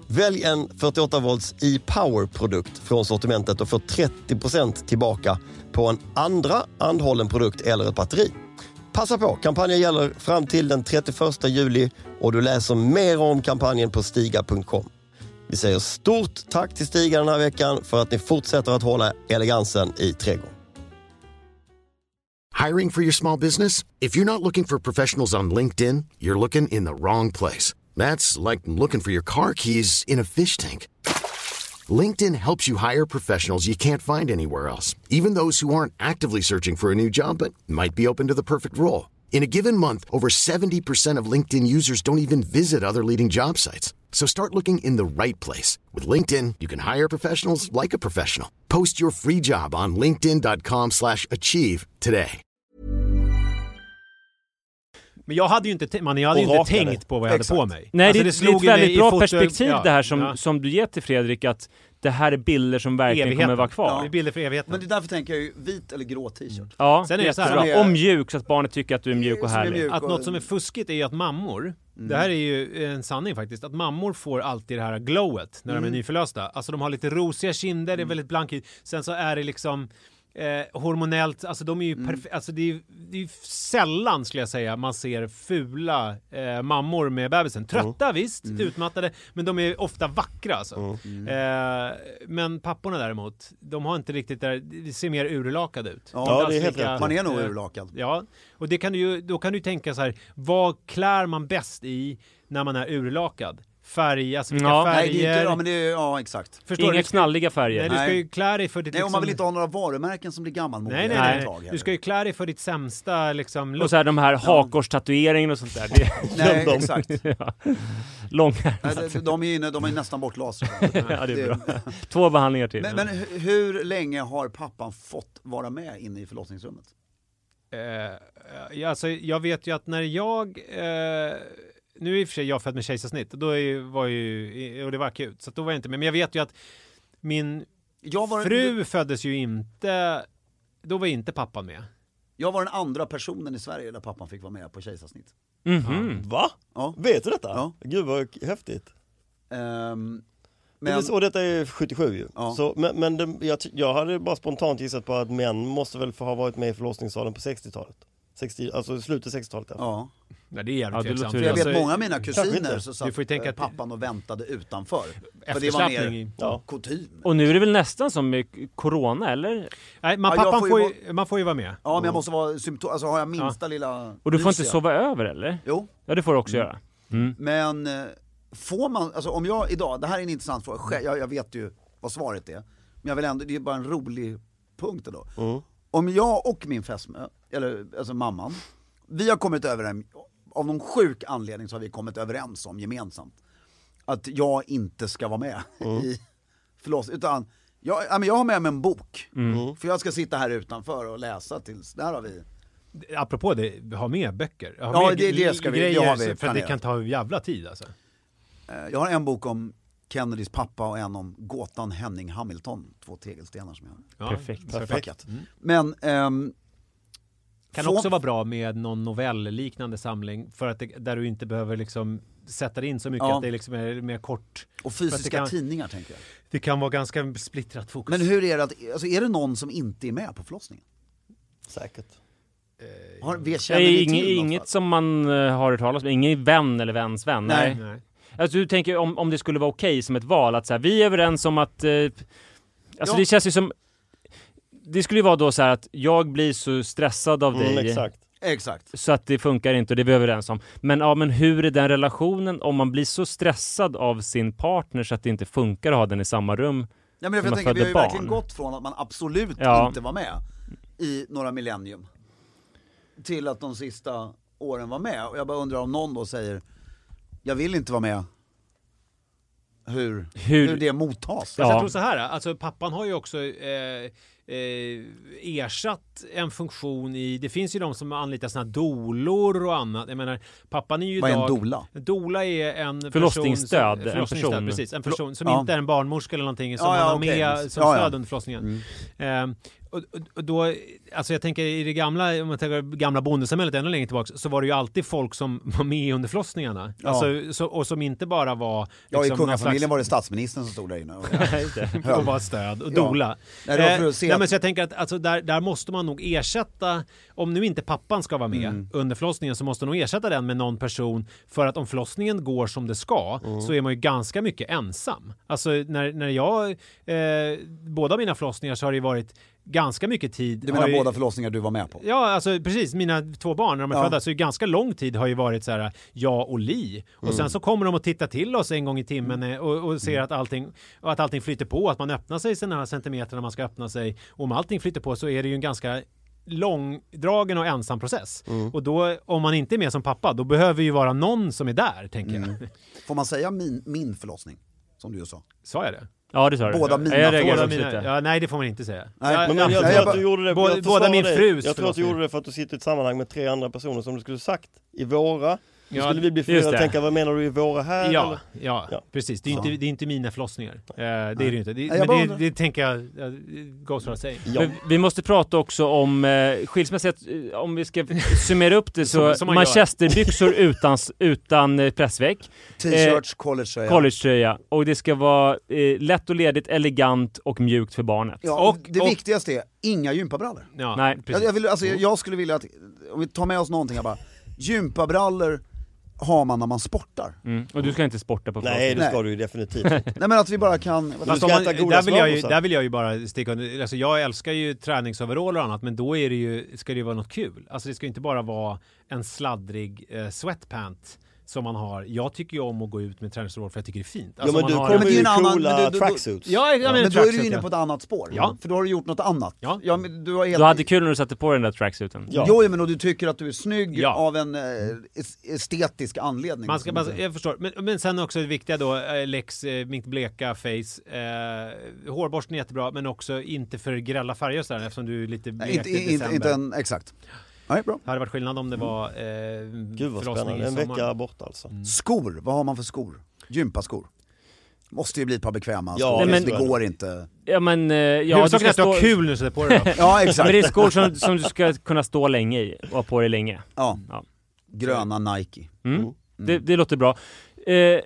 B: Välj en 48 volts e-power-produkt från sortimentet och få 30 tillbaka på en andra anhållen produkt eller ett batteri. Passa på, kampanjen gäller fram till den 31 juli och du läser mer om kampanjen på stiga.com. Vi säger stort tack till Stiga den här veckan för att ni fortsätter att hålla elegansen i trädgården.
C: Hiring for your small business? If you're not looking for professionals on LinkedIn, you're looking in the wrong place. That's like looking for your car keys in a fish tank. LinkedIn helps you hire professionals you can't find anywhere else, even those who aren't actively searching for a new job but might be open to the perfect role. In a given month, over 70% of LinkedIn users don't even visit other leading job sites. So start looking in the right place. With LinkedIn, you can hire professionals like a professional. Post your free job on linkedin.com/achieve slash achieve today.
E: Men jag hade ju inte, t- man, jag hade ju
B: Och
E: inte
B: rakade.
E: tänkt på vad jag
F: Exakt.
E: hade på mig.
D: Nej,
E: Alltså,
D: det, det är
E: slog
D: ett
E: in i-
D: väldigt
E: i
D: bra
E: foto-
D: perspektiv
E: ja,
D: det här som,
E: ja.
D: som du ger till Fredrik, att det här är bilder som verkligen
E: Evigheten.
D: kommer vara
E: Ja,
D: kvar.
E: det är bilder för evigheten.
F: Men det är därför tänker jag ju vit eller grå t-shirt.
D: Ja,
E: Sen är det så här,
D: jättebra.
F: som är-
D: Och mjuk, så att barnet tycker att du är mjuk och
F: Som är
D: härlig.
F: mjuk.
E: att något som är fuskigt är ju att mammor, det här är ju en sanning faktiskt, att mammor får alltid det här glowet när
F: Mm.
E: de är nyförlösta. Alltså de har lite rosiga kinder, det är väldigt blank hy. Sen så är det liksom eh, hormonellt, alltså de är
F: Mm.
E: ju perfe- alltså det är, ju- det är ju sällan skulle jag säga man ser fula eh, mammor med bebisen. Trötta visst,
F: Mm.
E: utmattade, men de är ofta vackra alltså. Eh, men papporna däremot, de har inte riktigt det där, det ser mer urlakade ut.
F: Ja,
E: Inte
F: det är
E: alls
B: helt
E: lika-
B: rätt.
F: Man är nog
E: eh,
F: urlakad.
E: Ja, och det kan du ju, då kan du ju tänka så här, vad klär man bäst i när man är urlakad? Färg, alltså vilka
D: Ja.
F: Nej,
E: färger?
F: det är inte, ja men det är, ja exakt.
E: Förstår
D: Inga
E: du?
D: knalliga
E: Nej,
D: färger.
E: du ska
F: Nej.
E: ju klä dig för ditt...
F: Nej, och man vill inte
E: liksom-
F: ha några varumärken som blir gammalmodiga
E: Nej, nej,
F: ett
E: nej.
F: tag heller.
E: Du ska ju klä dig för ditt sämsta liksom
D: Och
E: look.
D: så här de här hakorstatueringen och sånt där. Det
F: Nej,
E: <laughs>
F: exakt.
D: <laughs> långa.
F: Nej, det- de är ju inne, de är ju nästan bortlasrade.
D: Ja, det är bra. Två behandlingar till.
F: Men, men hu- hur länge har pappan fått vara med inne i förlossningsrummet?
E: Eh, ja, alltså, jag vet ju att när jag... Eh, nu är i och för sig jag född med kejsarsnitt, då är, ju- var ju, och det var akut, så att då var jag inte med. Men jag vet ju att min
F: Jag var,
E: fru föddes ju inte, då var inte pappan med.
F: jag var den andra personen i Sverige där pappan fick vara med på kejsarsnitt.
B: Va?
F: Ja.
B: Vet du detta?
F: Ja.
B: Gud vad häftigt.
F: Ehm,
B: Men...
F: men,
B: Och detta är 77 ju.
F: Ja.
B: Så, men men det, jag, ty- jag hade bara spontant gissat på att män måste väl få ha varit med i förlossningssalen på 60-talet. 60, alltså slutet 60-talet. Ja.
F: ja.
E: Nej, det är jävligt
D: Ja, det låter
E: tveksamt.
D: ju
F: För jag
D: Alltså,
F: vet många av mina kusiner
B: inte.
F: så
E: Du
F: satt
E: får ju tänka
F: eh,
E: att-
F: pappan och väntade utanför. För det var
E: Efterklappning
F: mer
E: i-
F: ja. kutym.
D: Och nu är det väl nästan som med corona, eller?
E: Nej, man,
F: Ja, jag
E: pappan
F: får
E: får
F: ju
E: ju, man får ju vara med.
F: Ja men jag måste vara symptom, alltså har jag minsta lilla...
D: Och du får
F: nys
D: inte
F: jag-
D: sova över, eller?
F: Jo,
D: Ja, det får du också
E: Mm.
D: göra.
F: men eh, får man, alltså om jag idag, det här är en intressant fråga, Själv- jag, jag vet ju vad svaret är. Men jag vill ändå, det är bara en rolig punkt ändå. Om jag och min fästmö, eller alltså mamman, vi har kommit överens, av någon sjuk anledning så har vi kommit överens om gemensamt att jag inte ska vara med <laughs> i förlåt, utan jag, ja, men jag har med mig en bok. För jag ska sitta här utanför och läsa tills, där har vi.
E: Apropå det, ha med böcker. Ha
F: Ja,
E: med
F: det- det
E: gre-
F: ska vi- det
E: grejer,
F: har vi
E: För att det
F: planerat.
E: kan ta jävla tid alltså.
F: Eh, Jag har en bok om Kennedys pappa och en om gåtan Henning Hamilton. Två tegelstenar som jag har
E: Ja,
D: Perfekt.
F: packat. Men, ehm,
E: Kan
F: Få-
E: också vara bra med någon novellliknande samling för att det, där du inte behöver liksom sätta det in så mycket
F: Ja.
E: att det liksom är mer kort.
F: och
E: För att det
F: fysiska
E: kan-
F: tidningar tänker jag.
E: Det kan vara ganska splittrat fokus.
F: Men hur är det att, alltså är det någon som inte är med på förlossningen?
B: Säkert.
F: Har, vi känner
D: Nej,
F: ni till
D: inget,
F: någon
D: inget
F: fall?
D: som man eh, har hört talas om. Ingen vän eller väns vän.
F: Nej.
E: Nej.
D: Alltså du tänker om, om det skulle vara okej som ett val, att så här, vi är överens om att... Eh, alltså
F: Ja.
D: det känns ju som... Det skulle ju vara då så här att jag blir så stressad av
B: Mm,
D: dig
B: exakt.
F: Exakt.
D: så att det funkar inte och det är vi överens om. Men, ja, men hur är den relationen om man blir så stressad av sin partner så att det inte funkar att ha den i samma rum?
F: Ja, men jag
D: När man
F: tänker, vi har ju
D: föder
F: verkligen
D: barn.
F: gått från att man absolut
D: Ja.
F: inte var med i några millennium till att de sista åren var med. Och jag bara undrar om någon då säger, jag vill inte vara med. Hur, hur?
D: Hur-
F: det mottas.
E: Fast
D: Ja.
E: Jag tror så här, alltså pappan har ju också eh, eh, ersatt en funktion i, det finns ju de som anlitar såna här dolor och annat. Jag menar, pappan är ju
F: Vad är en
E: idag-
F: dola?
E: En dola är en
D: Förlossningsstöd,
E: person, som-
D: en
E: förlossningsstöd,
D: person.
E: Precis, en person som
F: Ja.
E: inte är en barnmorska eller någonting som
F: Ja, ja,
E: man har
F: okej.
E: med som
F: Ja, Mm. ja.
E: stöd under förlossningen. Ehm, och, och, och då, alltså jag tänker i det gamla, om man tänker gamla bondesamhället ännu längre tillbaka, så var det ju alltid folk som var med under förlossningarna.
F: Ja.
E: Alltså, så, och som inte bara var...
F: Ja, i
E: liksom någon slags-
F: kungafamiljen var det statsministern som stod där inne.
E: <laughs> och vara stöd och dola.
F: Nej, det var för att
E: Eh,
F: se
E: nej,
F: att-
E: men så jag tänker att alltså, där, där måste man nog ersätta, om nu inte pappan ska vara med
F: Mm.
E: under förlossningen så måste man nog ersätta den med någon person för att om förlossningen går som det ska
F: Mm.
E: så är man ju ganska mycket ensam. Alltså när, när jag, eh, båda mina förlossningar så har det ju varit ganska mycket tid.
F: Du
E: har
F: menar
E: ju-
F: båda förlossningar du var med på?
E: Ja, alltså precis. Mina två barn, när de är
F: Ja.
E: födda, så ganska lång tid har ju varit så här, ja och li. Och
B: Mm.
E: sen så kommer de och tittar till oss en gång i timmen eh, och, och ser att allting, och att allting flyter på, att man öppnar sig sina centimeter när man ska öppna sig. Och om allting flyter på så är det ju en ganska långdragen och ensam process.
B: Mm.
E: Och då, om man inte är med som pappa, då behöver ju vara någon som är där, tänker
B: Mm.
E: jag.
F: Får man säga min, min förlossning? Som du just sa.
E: Sa jag det?
D: Ja, det sa du.
F: Båda mina
D: Ja, jag
F: frågor.
D: reagerade
E: Båda
D: också
E: mina,
D: lite.
E: ja, nej, det får man inte säga.
F: Nej,
E: Ja,
F: men-
B: Men jag
F: Ja,
B: tror
F: jag
B: att
F: bara-
B: du gjorde det.
E: Båda-
B: jag
E: båda
B: försvarar
E: min
B: dig. Jag
E: frus
B: tror att du
E: förlossning.
B: gjorde det för att du sitter i ett sammanhang med tre andra personer som du skulle sagt i våra. Då
E: Ja,
B: skulle vi bli
D: just
B: fyra och
D: det.
B: tänka, vad menar du i våra här?
E: Ja,
B: eller?
E: ja,
B: Ja.
E: precis. Det är, inte, det är inte mina förlossningar. Eh, det är det ju inte. Det,
F: jag bara
E: men det,
F: undrar.
E: det tänker jag, eh, goes without saying.
B: Ja.
D: Men vi måste prata också om eh, skilsmässa. Jag- eh, Om vi ska summera upp
E: <laughs>
D: det så,
E: Som- som man gör.
D: manchesterbyxor
E: <laughs>
D: utan, utan eh, pressväck,
F: T-shirts, collegetröja.
D: collegetröja och det ska vara eh, lätt och ledigt, elegant och mjukt för barnet.
F: Ja,
E: Och-
F: och, det
E: och-
F: viktigaste är, inga gympabrallor.
E: Ja,
D: Nej.
E: precis.
F: Jag, jag, vill, alltså, jag, jag skulle vilja att, om vi tar med oss någonting här bara, gympabrallor har man när man sportar.
D: Mm. Och du ska inte sporta på
B: Nej,
D: förlossningen.
B: det ska du ju
E: <laughs>
B: definitivt inte.
F: Nej men att vi bara kan...
B: Du
E: Fast
B: ska
E: om man,
B: äta goda
E: där, vill jag ju,
B: smörgåsar.
E: där vill jag ju bara sticka under, alltså jag älskar ju träningsoveraller och annat men då är det ju, ska det ju vara något kul. Alltså det ska ju inte bara vara en sladdrig eh, sweatpant som man har. Jag tycker ju om att gå ut med träningsoverall för jag tycker det är fint.
B: Ja
E: Alltså
B: men
E: man
B: du
E: har-
B: kommer
F: Men det är
B: ju i
F: en annan- men
B: coola
F: du- du-
B: tracksuits.
E: Ja, jag, jag menar
F: Men då är du
E: tracksuit,
F: inne
E: ja.
F: på ett annat spår.
E: Ja.
F: För då har du gjort något annat.
E: Ja.
F: men du har helt...
D: Du hade kul när du satte på den där tracksuiten.
B: Ja.
F: Jo, jo, men och du tycker att du är snygg
E: Ja.
F: av en eh, es- estetisk anledning.
E: Man ska, man, jag förstår. Men, men sen också det viktiga då, eh, Lex, eh, mitt bleka face. Eh, hårborsten är jättebra, men också inte för grälla färger och sådär, eftersom du är lite blek
F: Nej, inte,
E: i
F: inte,
E: december.
F: inte en, exakt. Nej, bra.
E: Det hade varit skillnad om det var eh,
B: Mm. Gud vad
E: förlossning
B: spännande,
E: i
B: en
E: sommar.
B: vecka bort alltså.
F: Skor, vad har man för skor? Gympaskor. Måste ju bli ett par bekväma
B: Ja,
D: nej,
F: skor,
D: men-
F: det går inte.
D: Ja men... eh, Ja, du
E: Huvudsaken
D: ska
E: är att du har
D: stå-
E: kul nu så
D: <laughs>
E: på dig då.
F: Ja,
D: Men det är
F: exakt.
D: skor som, som du ska kunna stå länge i och ha på dig länge.
F: Ja.
D: Ja.
F: Gröna Nike.
D: Mm. Det, det låter bra. Eh,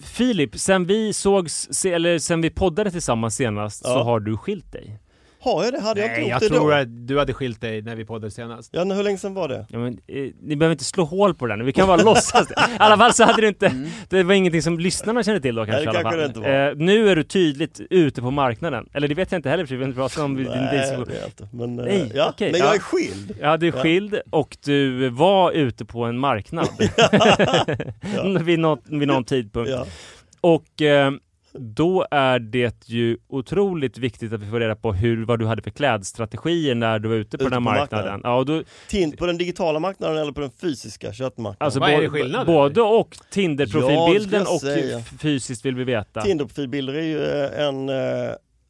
D: Filip, sen vi sågs, se, eller sen vi poddade tillsammans senast
B: Ja.
D: så har du skilt dig.
B: Har jag det? Hade jag inte
E: Nej,
B: gjort
E: jag
B: det
E: tror
B: då?
E: att du hade skilt dig när vi poddade senast.
B: Ja, men hur länge sedan var det?
D: Ja, men, eh, ni behöver inte slå hål på den, vi kan bara <laughs> låtsas det. I alla fall så hade du inte, det var ingenting som lyssnarna kände till då kanske
B: Mm. det
D: i alla
B: kanske
D: fall.
B: det inte var.
D: Eh, nu är du tydligt ute på marknaden. Eller det vet jag inte heller för vi har inte pratat om din
B: Nej,
D: dejtsituation.
B: det är inte. Men, eh,
D: Nej,
B: ja.
D: okej,
B: men jag
D: ja.
B: är skild.
D: Ja, du är skild och du var ute på
B: <laughs>
D: en marknad. <laughs> vid, något, vid någon tidpunkt.
B: Ja.
D: Och eh, då är det ju otroligt viktigt att vi får reda på hur, vad du hade för klädstrategier när du var ute
B: Ute
D: på den här
B: på
D: marknaden.
B: marknaden.
D: Ja, och då,
B: Tint på den digitala marknaden eller på den fysiska köttmarknaden?
D: alltså
E: Vad är
D: bo-
E: det skillnaden?
D: Både och
B: Ja, det skulle
D: Tinder-profilbilden
B: jag
D: och
B: säga.
D: f- fysiskt vill vi veta.
B: Tinderprofilbilder är ju eh, en, eh,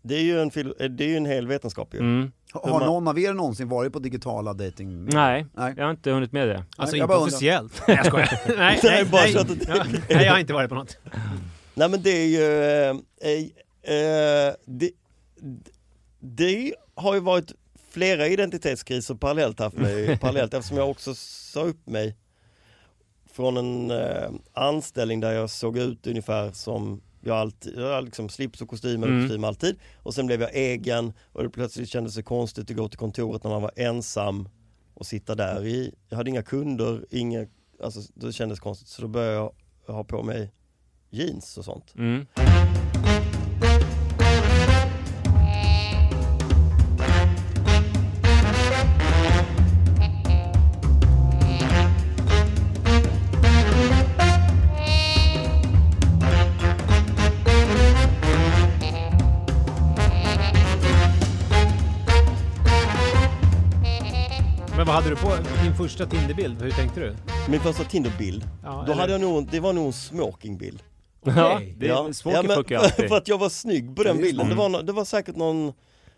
B: det är ju en, fil- eh, det är ju en hel vetenskap ju.
D: Mm.
F: Har har någon av er någonsin varit på digitala dating?
D: Nej,
F: Nej.
D: jag har inte hunnit med det.
E: Alltså
F: jag
E: inte
F: bara undrar.
E: officiellt. Nej, jag skojar. <laughs> Nej,
B: Nej,
E: nej,
B: bara
E: nej.
B: så att det-
E: Ja, nej, jag har inte varit på något.
B: Nej men det är ju, eh, eh, eh, det, det har ju varit flera identitetskriser parallellt haft mig, parallellt eftersom jag också sa upp mig från en eh, anställning där jag såg ut ungefär som jag alltid, jag hade liksom slips och kostymer och kostym alltid och sen blev jag egen och det plötsligt kändes det konstigt att gå till kontoret när man var ensam och sitta där i, jag hade inga kunder, inga, alltså det kändes konstigt så då började jag ha på mig jeans och sånt.
D: Mm.
E: Men vad hade du på din första Tinderbild? Hur tänkte du?
B: Min första Tinderbild,
E: Ja,
B: då
E: eller-
B: hade jag nog, det var nog en smokingbild.
D: Ja, det är
B: Ja.
D: smoking
B: men-
D: fuckar jag
B: <laughs>
D: alltid.
B: För att jag var snygg på den
F: det är
B: bilden. Det var, nå- det var säkert någon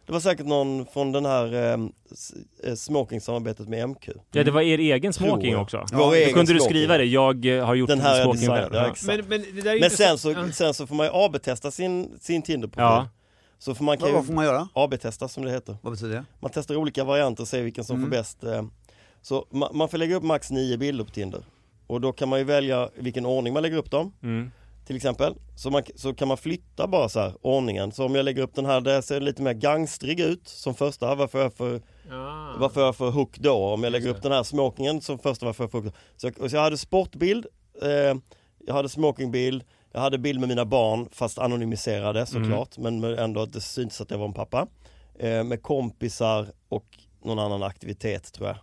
B: det var säkert någon från den här eh, s- eh, smoking-samarbetet med MQ.
D: Ja, det var er egen
B: Tror
D: smoking
B: jag.
D: också.
B: Vår
D: Då
B: egen
D: kunde du
B: smoking.
D: skriva det, jag eh, har gjort
B: Den här är
D: smoking
B: designad, ja,
D: där.
B: exakt.
E: Men, men det där är ju
B: Men sen
E: intressant.
B: så,
E: Ja.
B: sen så får man ju AB-testa sin, sin Tinder-profil.
D: Ja.
B: Så får man kan
F: Vad,
B: ju
F: vad får man göra?
B: AB-testa som det heter.
F: Vad betyder det?
B: Man testar olika varianter och ser vilken som får bäst. eh, Så ma- man får lägga upp max nio bilder på Tinder. Och då kan man ju välja vilken ordning man lägger upp dem.
D: Mm.
B: till exempel. Så, man, så kan man flytta bara så här ordningen. Så om jag lägger upp den här, där ser den lite mer gangstrig ut som första. Varför är jag för,
E: Ja.
B: varför är jag för hook då? Om jag lägger upp den här smokingen som första, varför är jag för hook då? Så jag, och så jag hade sportbild, eh, jag hade smokingbild, jag hade bild med mina barn fast anonymiserade såklart. Men med- ändå att det syns att jag var en pappa. eh, med kompisar och någon annan aktivitet tror jag.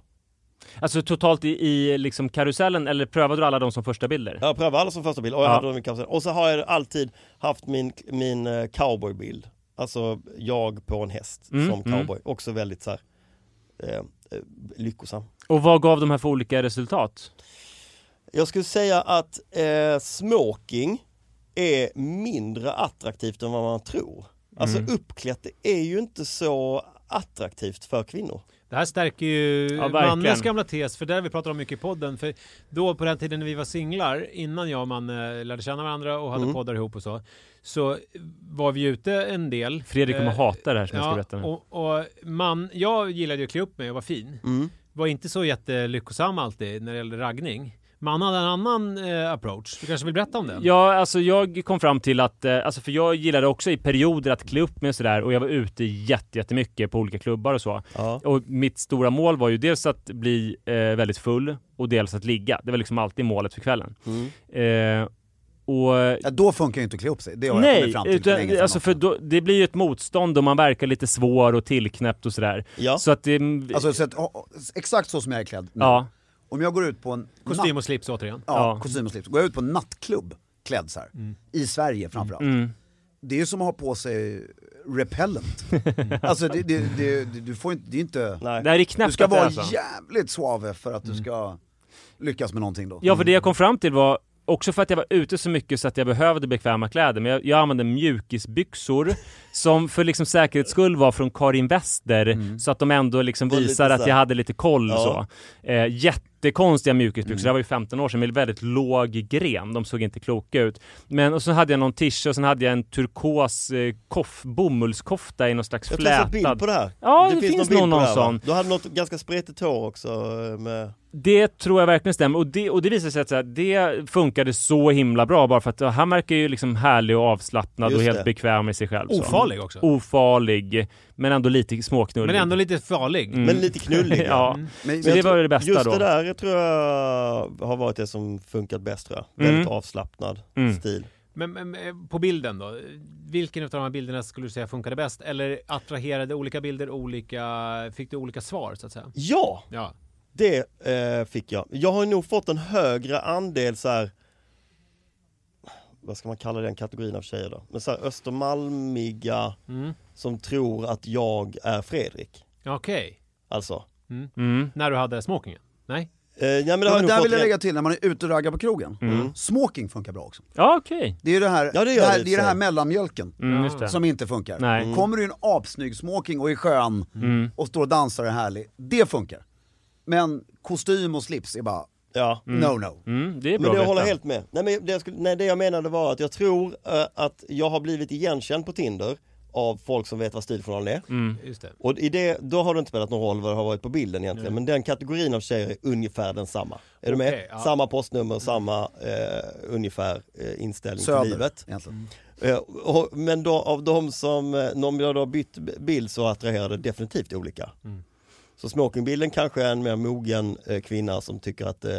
D: Alltså totalt i, i liksom karusellen, eller prövade du alla de som första bilder?
B: Jag prövade alla som första bild och jag
D: Ja.
B: hade dem i kapseln. Och så har jag alltid haft min, min eh, cowboybild. Alltså jag på en häst
D: Mm,
B: som
D: mm.
B: cowboy. Också väldigt så här, eh, eh, lyckosam.
D: Och vad gav de här för olika resultat?
B: Jag skulle säga att eh, smoking är mindre attraktivt än vad man tror. Alltså
D: Mm.
B: uppklätt det är ju inte så attraktivt för kvinnor.
E: Det här stärker ju
D: Ja, verkligen.
E: mannens gamla tes, för det har vi pratat om mycket i podden. För då på den tiden när vi var singlar, innan jag och man eh, lärde känna varandra och hade
D: Mm.
E: poddar ihop och så, så var vi ute en del.
D: Fredrik kommer
E: Eh,
D: hata det här som jag ska
E: Ja,
D: berätta nu.
E: och, och man, jag gillade ju att klä upp mig och vara fin.
D: Mm.
E: Var inte så jättelyckosam alltid när det gällde raggning. Man hade en annan eh, approach. Du kanske vill berätta om den?
D: Ja, alltså jag kom fram till att, eh, alltså för jag gillade också i perioder att klä upp mig och sådär och jag var ute jätte- jättemycket på olika klubbar och så.
B: Ja.
D: Och mitt stora mål var ju dels att bli eh, väldigt full och dels att ligga. Det var liksom alltid målet för kvällen. Eh, och
F: Mm. Ja, då funkar ju inte att klä upp sig, det har jag kommit
D: Nej,
F: fram till för länge
D: utan,
F: sedan
D: alltså
F: också.
D: för då, det blir ju ett motstånd och man verkar lite svår och tillknäppt och sådär.
B: Ja.
D: Så att det...
F: Alltså så att, ja, ja, exakt så som jag är klädd nu.
D: ja.
F: Om jag går ut på en
E: Kostym
F: natt-
E: och slips återigen.
F: ja,
D: ja.
F: kostym och slips, går jag ut på en nattklubb klädd så här, i Sverige framförallt. Det är ju som att ha på sig repellent. Alltså det, det, det, det, du får inte, det är inte...
B: Nej. Mm.
D: Det här är
F: Du ska
D: knäppt
F: vara
D: alltså.
F: jävligt suave för att du ska lyckas med någonting då.
D: Ja, för det jag kom fram till var Också för att jag var ute så mycket så att jag behövde bekväma kläder, men jag, jag
B: <laughs>
D: använde mjukisbyxor som för liksom säkerhets skull var från Karin Wester, så att de ändå liksom
B: Var Mm. lite
D: visar
B: så
D: att
B: här-
D: jag hade lite koll och
B: Ja. Mm.
D: så. Eh, jättekonstiga mjukisbyxor, det här var ju 15 år sedan, med väldigt låg gren, de såg inte kloka ut. Men, och så hade jag någon t-shirt och sen hade jag en turkos eh, koff, bomullskofta i någon slags
B: Jag har en bild
D: flätad.
B: på det här.
D: Ja, det finns
B: bild
D: nog
B: på
D: någon
B: det här, va?
D: sån. Mm.
B: Du hade något ganska spretigt hår också eh, med
D: Det tror jag verkligen stämmer. Och det, och det visar sig att så här, det funkade så himla bra bara för att ja, han verkar ju liksom härlig och avslappnad
B: Just
D: och helt
B: det.
D: bekväm i sig själv. så.
E: Ofarlig också.
D: Ofarlig, men ändå lite småknullig.
E: Men ändå lite farlig.
D: Mm.
B: Men lite
D: <laughs>
B: knullig.
D: ja.
E: Mm.
F: Men,
D: Så det
B: jag
D: var
B: tror-
D: det bästa
B: Just
D: då.
B: det där tror jag har varit det som funkat bäst tror jag.
D: Mm.
B: Väldigt avslappnad
D: Mm.
B: stil.
E: Men, men eh, på bilden då? Vilken av de här bilderna skulle du säga funkade bäst? Eller attraherade olika bilder olika... Fick du olika svar så att säga?
B: Ja,
E: Ja.
B: det eh, fick jag. Jag har nog fått en högre andel så här. Vad ska man kalla den kategorin av tjejer då? Men så här östermalmiga
E: Mm.
B: som tror att jag är Fredrik.
E: Okej.
B: Alltså.
D: Mm.
E: När du hade smokingen? Nej?
B: Eh, nej, men det
F: ja,
B: har jag
F: men där
B: nog fått
F: vill jag
B: rätt-
F: lägga till, när man är ute och raggar på krogen,
D: Mm.
F: smoking funkar bra också.
D: Ja, okej.
F: Det är ju det här,
B: Mm. Ja, det
F: det
B: gör
F: här,
B: det
F: det är det
B: så.
F: här mellanmjölken
D: Mm, just det.
F: som inte funkar.
D: Nej.
B: Mm.
D: Mm.
F: Kommer du i en apsnygg smoking och är skön och står och dansar och är härlig, det funkar. Men kostym och slips är bara
B: Ja.
F: no no.
D: Mm, det är
B: Men
D: bra
B: det jag
D: att
B: håller
D: veta.
B: helt med. Nej, men det, jag skulle, nej, det jag menade var att jag tror eh, att jag har blivit igenkänd på Tinder av folk som vet vad stiljournalen är.
F: Mm.
E: Just
F: Eh,
E: det.
B: Och i det, då har det inte spelat någon roll vad det har varit på bilden egentligen. Men den kategorin av tjejer är ungefär densamma. Är du med?
E: Okej, ja.
B: Samma postnummer, samma eh, ungefär eh, inställning till
F: Söder
B: livet.
F: egentligen.
B: Eh, och, men då, av de som, eh, någon jag då har bytt b- bild så attraherar det definitivt olika. Så smokingbilden kanske är en mer mogen eh, kvinna som tycker att, eh,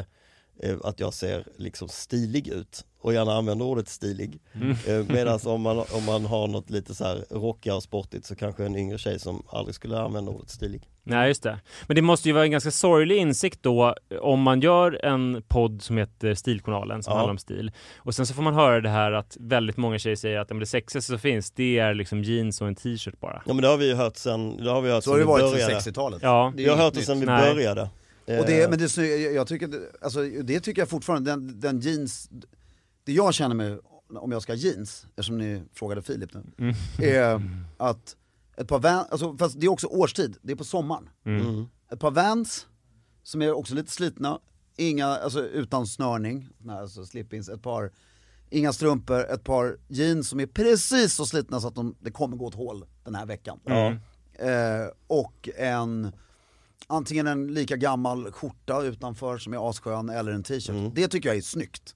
B: eh, att jag ser liksom stilig ut och gärna använder ordet stilig. Eh, Medan om man, om man har något lite så här rockiga och sportigt så kanske en yngre tjej som aldrig skulle använda ordet stilig.
D: Nej, just det. Men det måste ju vara en ganska sorglig insikt då eh, om man gör en podd som heter Stiljournalen som
B: Ja.
D: handlar om stil och sen så får man höra det här att väldigt många tjejer säger att ja, men det sexigaste som finns det är liksom jeans och en t-shirt bara.
B: Ja men det har vi ju hört sen, det har vi hört sen
F: Så har det
B: vi
F: varit sedan
B: började.
F: 60-talet.
D: Ja.
F: Det är
B: Jag har
F: inget
B: hört det
F: nytt.
B: sen vi
D: Nej.
B: började.
F: Och det, men det, är snygg- jag, jag tycker, att- alltså, det tycker jag fortfarande, den, den jeans, det jag känner med om jag ska ha jeans, eftersom ni frågade Filip nu, är att ett par vans, alltså, fast det är också årstid, det är på sommaren.
E: Mm.
F: Ett par vans, som är också lite slitna, inga, alltså utan snörning, nej, alltså slip-ins, ett par, inga strumpor, ett par jeans som är precis så slitna så att de, det kommer gå åt hål den här veckan. Eh, och en antingen en lika gammal skjorta utanför som är asskön eller en t-shirt. Det tycker jag är snyggt.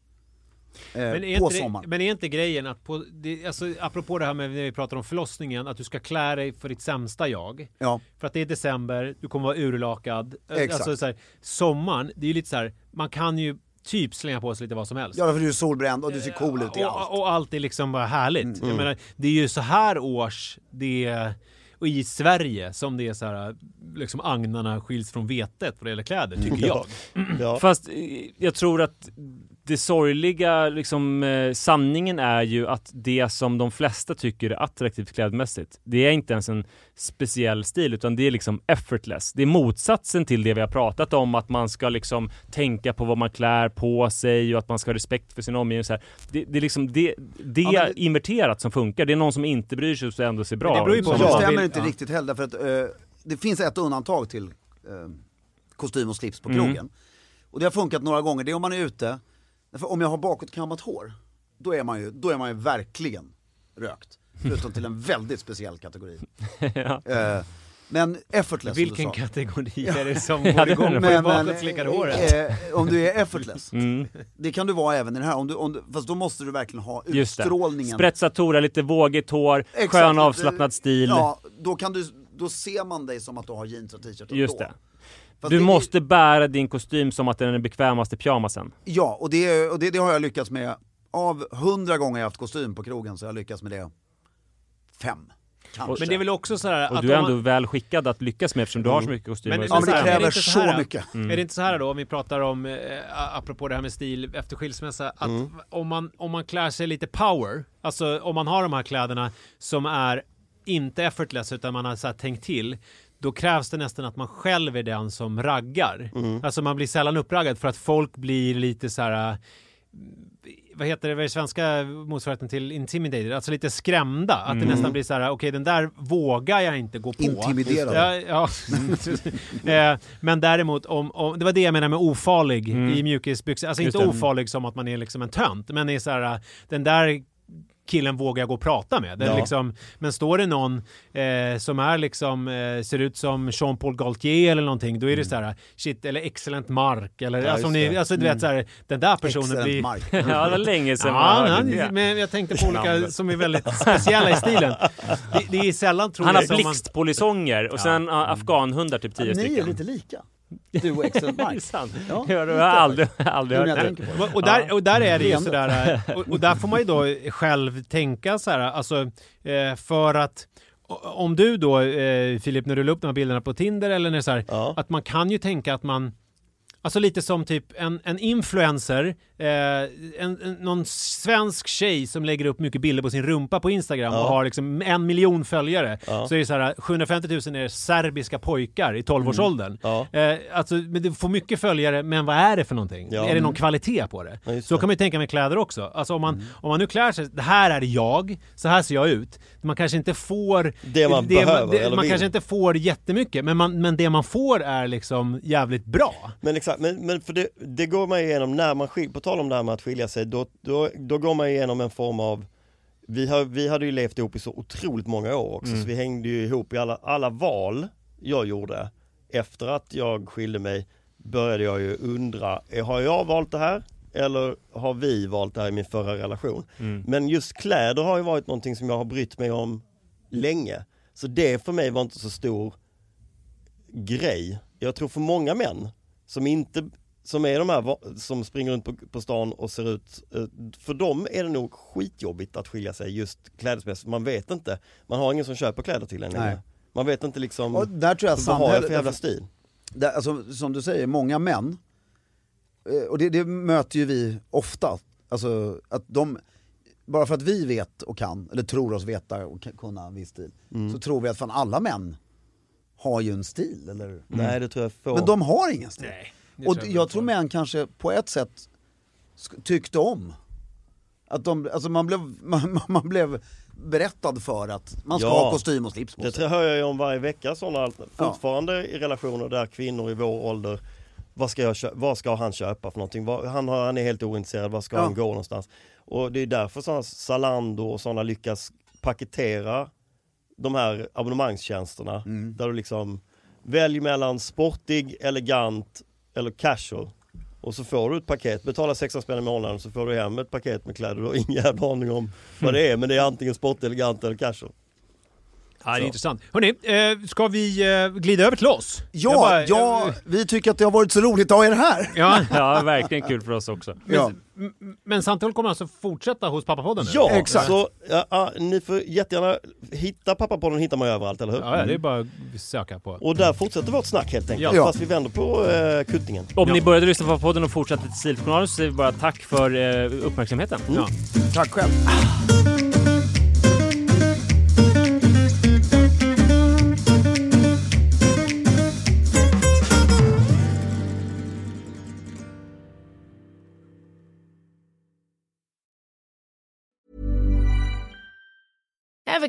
F: Eh,
E: Men är,
F: på
E: inte, det-
F: sommaren.
E: men är inte grejen att på, det, alltså, apropå det här med när vi pratar om förlossningen, att du ska klä dig för ditt sämsta jag.
F: Ja.
E: För att det är december, du kommer vara urlakad.
F: Exakt.
E: Alltså, så här, sommaren, det är ju lite så här, man kan ju typ slänga på sig lite vad som helst.
F: ja, för du är solbränd och du ser cool ut i
E: och,
F: allt. Mm.
E: och allt är liksom bara härligt. Jag menar, det är ju så här års det och i Sverige som det är så här, liksom agnarna skiljs från vetet vad det gäller kläder,
F: <laughs>
E: tycker jag.
F: alltså
B: Ja.
D: Fast eh, jag tror att det sorgliga, liksom, eh, sanningen är ju att det som de flesta tycker är attraktivt klädmässigt, det är inte ens en speciell stil, utan det är liksom effortless. Det är motsatsen till det vi har pratat om, att man ska liksom tänka på vad man klär på sig och att man ska ha respekt för sin omgivning. och Så här. Det, det är liksom det, det,
E: Ja, men det-
D: inverterat som funkar. Det är någon som inte bryr sig och som ändå ser bra
E: Men det beror ju
D: ut.
E: på
D: Som-
F: Det
E: vad-
F: stämmer
E: vill-
F: inte
E: ja.
F: riktigt heller för att eh, det finns ett undantag till eh, kostym och slips på
E: Mm.
F: krogen. Och det har funkat några gånger, det är om man är ute, för om jag har bakåtkammat hår, då är man ju, då är man ju verkligen rökt. Förutom till en väldigt
E: <laughs>
F: speciell kategori. Eh, men effortless som
E: Vilken
F: du sa.
E: kategori är det
F: <laughs>
E: som går
D: det
E: igång
D: undrar
E: på
D: jag.
E: det bakåtslickade håret? Mm.
F: eh, om du är effortless, det kan du vara även i det här, om du, om du, fast då måste du verkligen ha
D: Just det.
F: utstrålningen.
D: Sprätsat tora, lite vågigt hår,
F: Exakt.
D: skön avslappnad stil.
F: Ja, då, kan du, då ser man dig som att du har jeans och t-shirt
D: Just
F: ändå.
D: det.
F: Fast
D: Du
F: det-
D: måste bära din kostym som att den är den bekvämaste pyjamasen.
F: Ja, och, det, och det, det har jag lyckats med. Av hundra gånger jag haft kostym på krogen så har jag lyckats med det fem. Kanske.
E: Men det är väl också så här
D: Och
E: att
D: du är
E: om
D: ändå
E: man-
D: väl skickad att lyckas med eftersom du har så mycket kostymer.
E: Men,
F: Ja, Mm. men det
E: så här, Mm.
F: kräver
E: är inte här,
F: så
E: då?
F: mycket.
E: Är det inte så här då, om vi pratar om, eh, apropå det här med stil efter skilsmässa, att
F: Mm.
E: om, man, om man klär sig lite power, alltså om man har de här kläderna som är inte effortless utan man har så här tänkt till, då krävs det nästan att man själv är den som raggar.
F: Mm.
E: Alltså man blir sällan uppraggad för att folk blir lite så här vad heter det, vad är svenska motsvarigheten till intimidated? Alltså lite skrämda. Att det nästan blir så här, okej den där vågar jag inte gå på.
F: Intimiderade.
E: Ja, ja. <laughs> Eh, Men däremot, om, om, det var det jag menade med ofarlig i mjukisbyxor. Alltså
D: Just
E: inte
D: det.
E: ofarlig som att man är liksom en tönt, men är så här, den där killen vågar jag gå och prata med. Den
B: Ja.
E: liksom, men står det någon eh, som är liksom, eh, ser ut som Jean-Paul Gaultier eller någonting, då är det så här, shit, eller excellent Mark, eller alltså, om
B: just
E: ni,
B: det.
E: alltså du vet så här, den där personen
F: Excellent
E: blir...
F: mark.
D: <laughs> ja, det var länge sedan man
E: Ja,
D: hörde det.
E: han, men jag tänkte på olika som är väldigt speciella i stilen. Det, det är sällan tror
D: Han har
E: jag som man-
D: blixtpolisonger och sen ja. afghanhundar, typ tio
F: Mm. Ni är
D: stycken.
F: lite lika. Du och Excellent Mike. Ja,
D: Jag har aldrig, aldrig
F: nu när
D: hört
F: jag
D: det.
F: tänker på det.
E: Och, och, där, och där är det ju
F: Leende.
E: sådär, eh, och, och där får man ju då själv tänka så här, alltså eh, för att o- om du då eh, Filip, när du la upp de här bilderna på Tinder eller när det är så här,
B: Ja.
E: att man kan ju tänka att man Alltså lite som typ en, en influencer, eh, en, en, någon svensk tjej som lägger upp mycket bilder på sin rumpa på Instagram och har liksom en miljon följare. Så är det så här, 750 000 är serbiska pojkar i 12-årsåldern.
B: Ja.
E: Eh, alltså, men du får mycket följare, men vad är det för någonting?
B: Ja. mm.
E: Är det någon kvalitet på det?
B: Ja, just
E: så
B: det. Mm.
E: kan man ju tänka med kläder också. Alltså om man, om man nu klär sig, det här är jag, så här ser jag ut. Man kanske inte får...
B: Det man behöver
E: det,
B: eller
E: Man
B: vill.
E: kanske inte får jättemycket, men, man, men det man får är liksom jävligt bra.
B: Men exakt, men, men för det, det går man ju igenom när man skiljer, på tal om det här med att skilja sig, då, då, då går man igenom en form av vi, har, vi hade ju levt ihop i så otroligt många år också, så vi hängde ju ihop i alla, alla val jag gjorde efter att jag skilde mig började jag ju undra, eh, har jag valt det här? Eller har vi valt det här i min förra relation? Men just kläder har ju varit någonting som jag har brytt mig om länge. Så det för mig var inte så stor grej. Jag tror för många män som inte som är de här va- som springer runt på, på stan och ser ut, eh, för dem är det nog skitjobbigt att skilja sig just klädesmässigt. Man vet inte, man har ingen som köper kläder till en
F: Nej.
B: längre. Man vet inte liksom,
F: Och där tror jag
B: vad har jag
F: samhället-
B: för jävla stil?
F: Där, alltså, som du säger, många män, eh, och det, det möter ju vi ofta, alltså att de, bara för att vi vet och kan, eller tror oss veta och k- kunna en viss stil,
D: Mm.
F: så tror vi att fan alla män har ju en stil, eller?
B: Nej det tror jag få.
F: Mm. Men de har ingen stil.
E: det
F: och
E: tror
F: jag,
E: jag
F: tror män kanske på ett sätt sk- tyckte om. Att de, alltså man, blev, <laughs> man, man- man blev berättad för att man ska
B: Ja.
F: ha kostym och slips på
B: det
F: sig.
B: tror jag hör jag ju om varje vecka sådana alternativ. Fortfarande i relationer där kvinnor i vår ålder, vad ska, jag, kö- vad ska han köpa för någonting? Vad, han, har, han är helt ointresserad, vad ska
F: Ja.
B: han gå någonstans? Och det är därför sådana Zalando och sådana lyckas paketera de här abonnemangstjänsterna där du liksom välj mellan sportig, elegant eller casual. Och så får du ett paket, betala 16 spänn i månaden så får du hem ett paket med kläder. Du har ingen jävla aning om vad det är men det är antingen sportig, elegant eller casual.
E: Ja, det är intressant. Hörni, eh, ska vi eh, glida över till oss?
F: Ja,
E: Jag bara-
F: ja, vi tycker att det har varit så roligt att ha er här.
E: Ja,
D: Ja, verkligen kul för oss också.
F: Ja.
E: m- men samtal kommer alltså fortsätta hos Pappapodden nu?
B: Ja,
F: Exakt.
B: så ja, ja, ni får jättegärna hitta Pappapodden hittar man ju överallt, eller hur?
E: Ja, ja, det är bara att söka på.
B: Och där fortsätter vårt snack helt enkelt,
F: Ja.
B: fast vi vänder på eh, kuttingen.
D: Om ni började lyssna på podden och fortsatte till Stiljournalen så säger vi bara tack för eh, uppmärksamheten.
E: Ja.
F: Tack själv.
G: Ever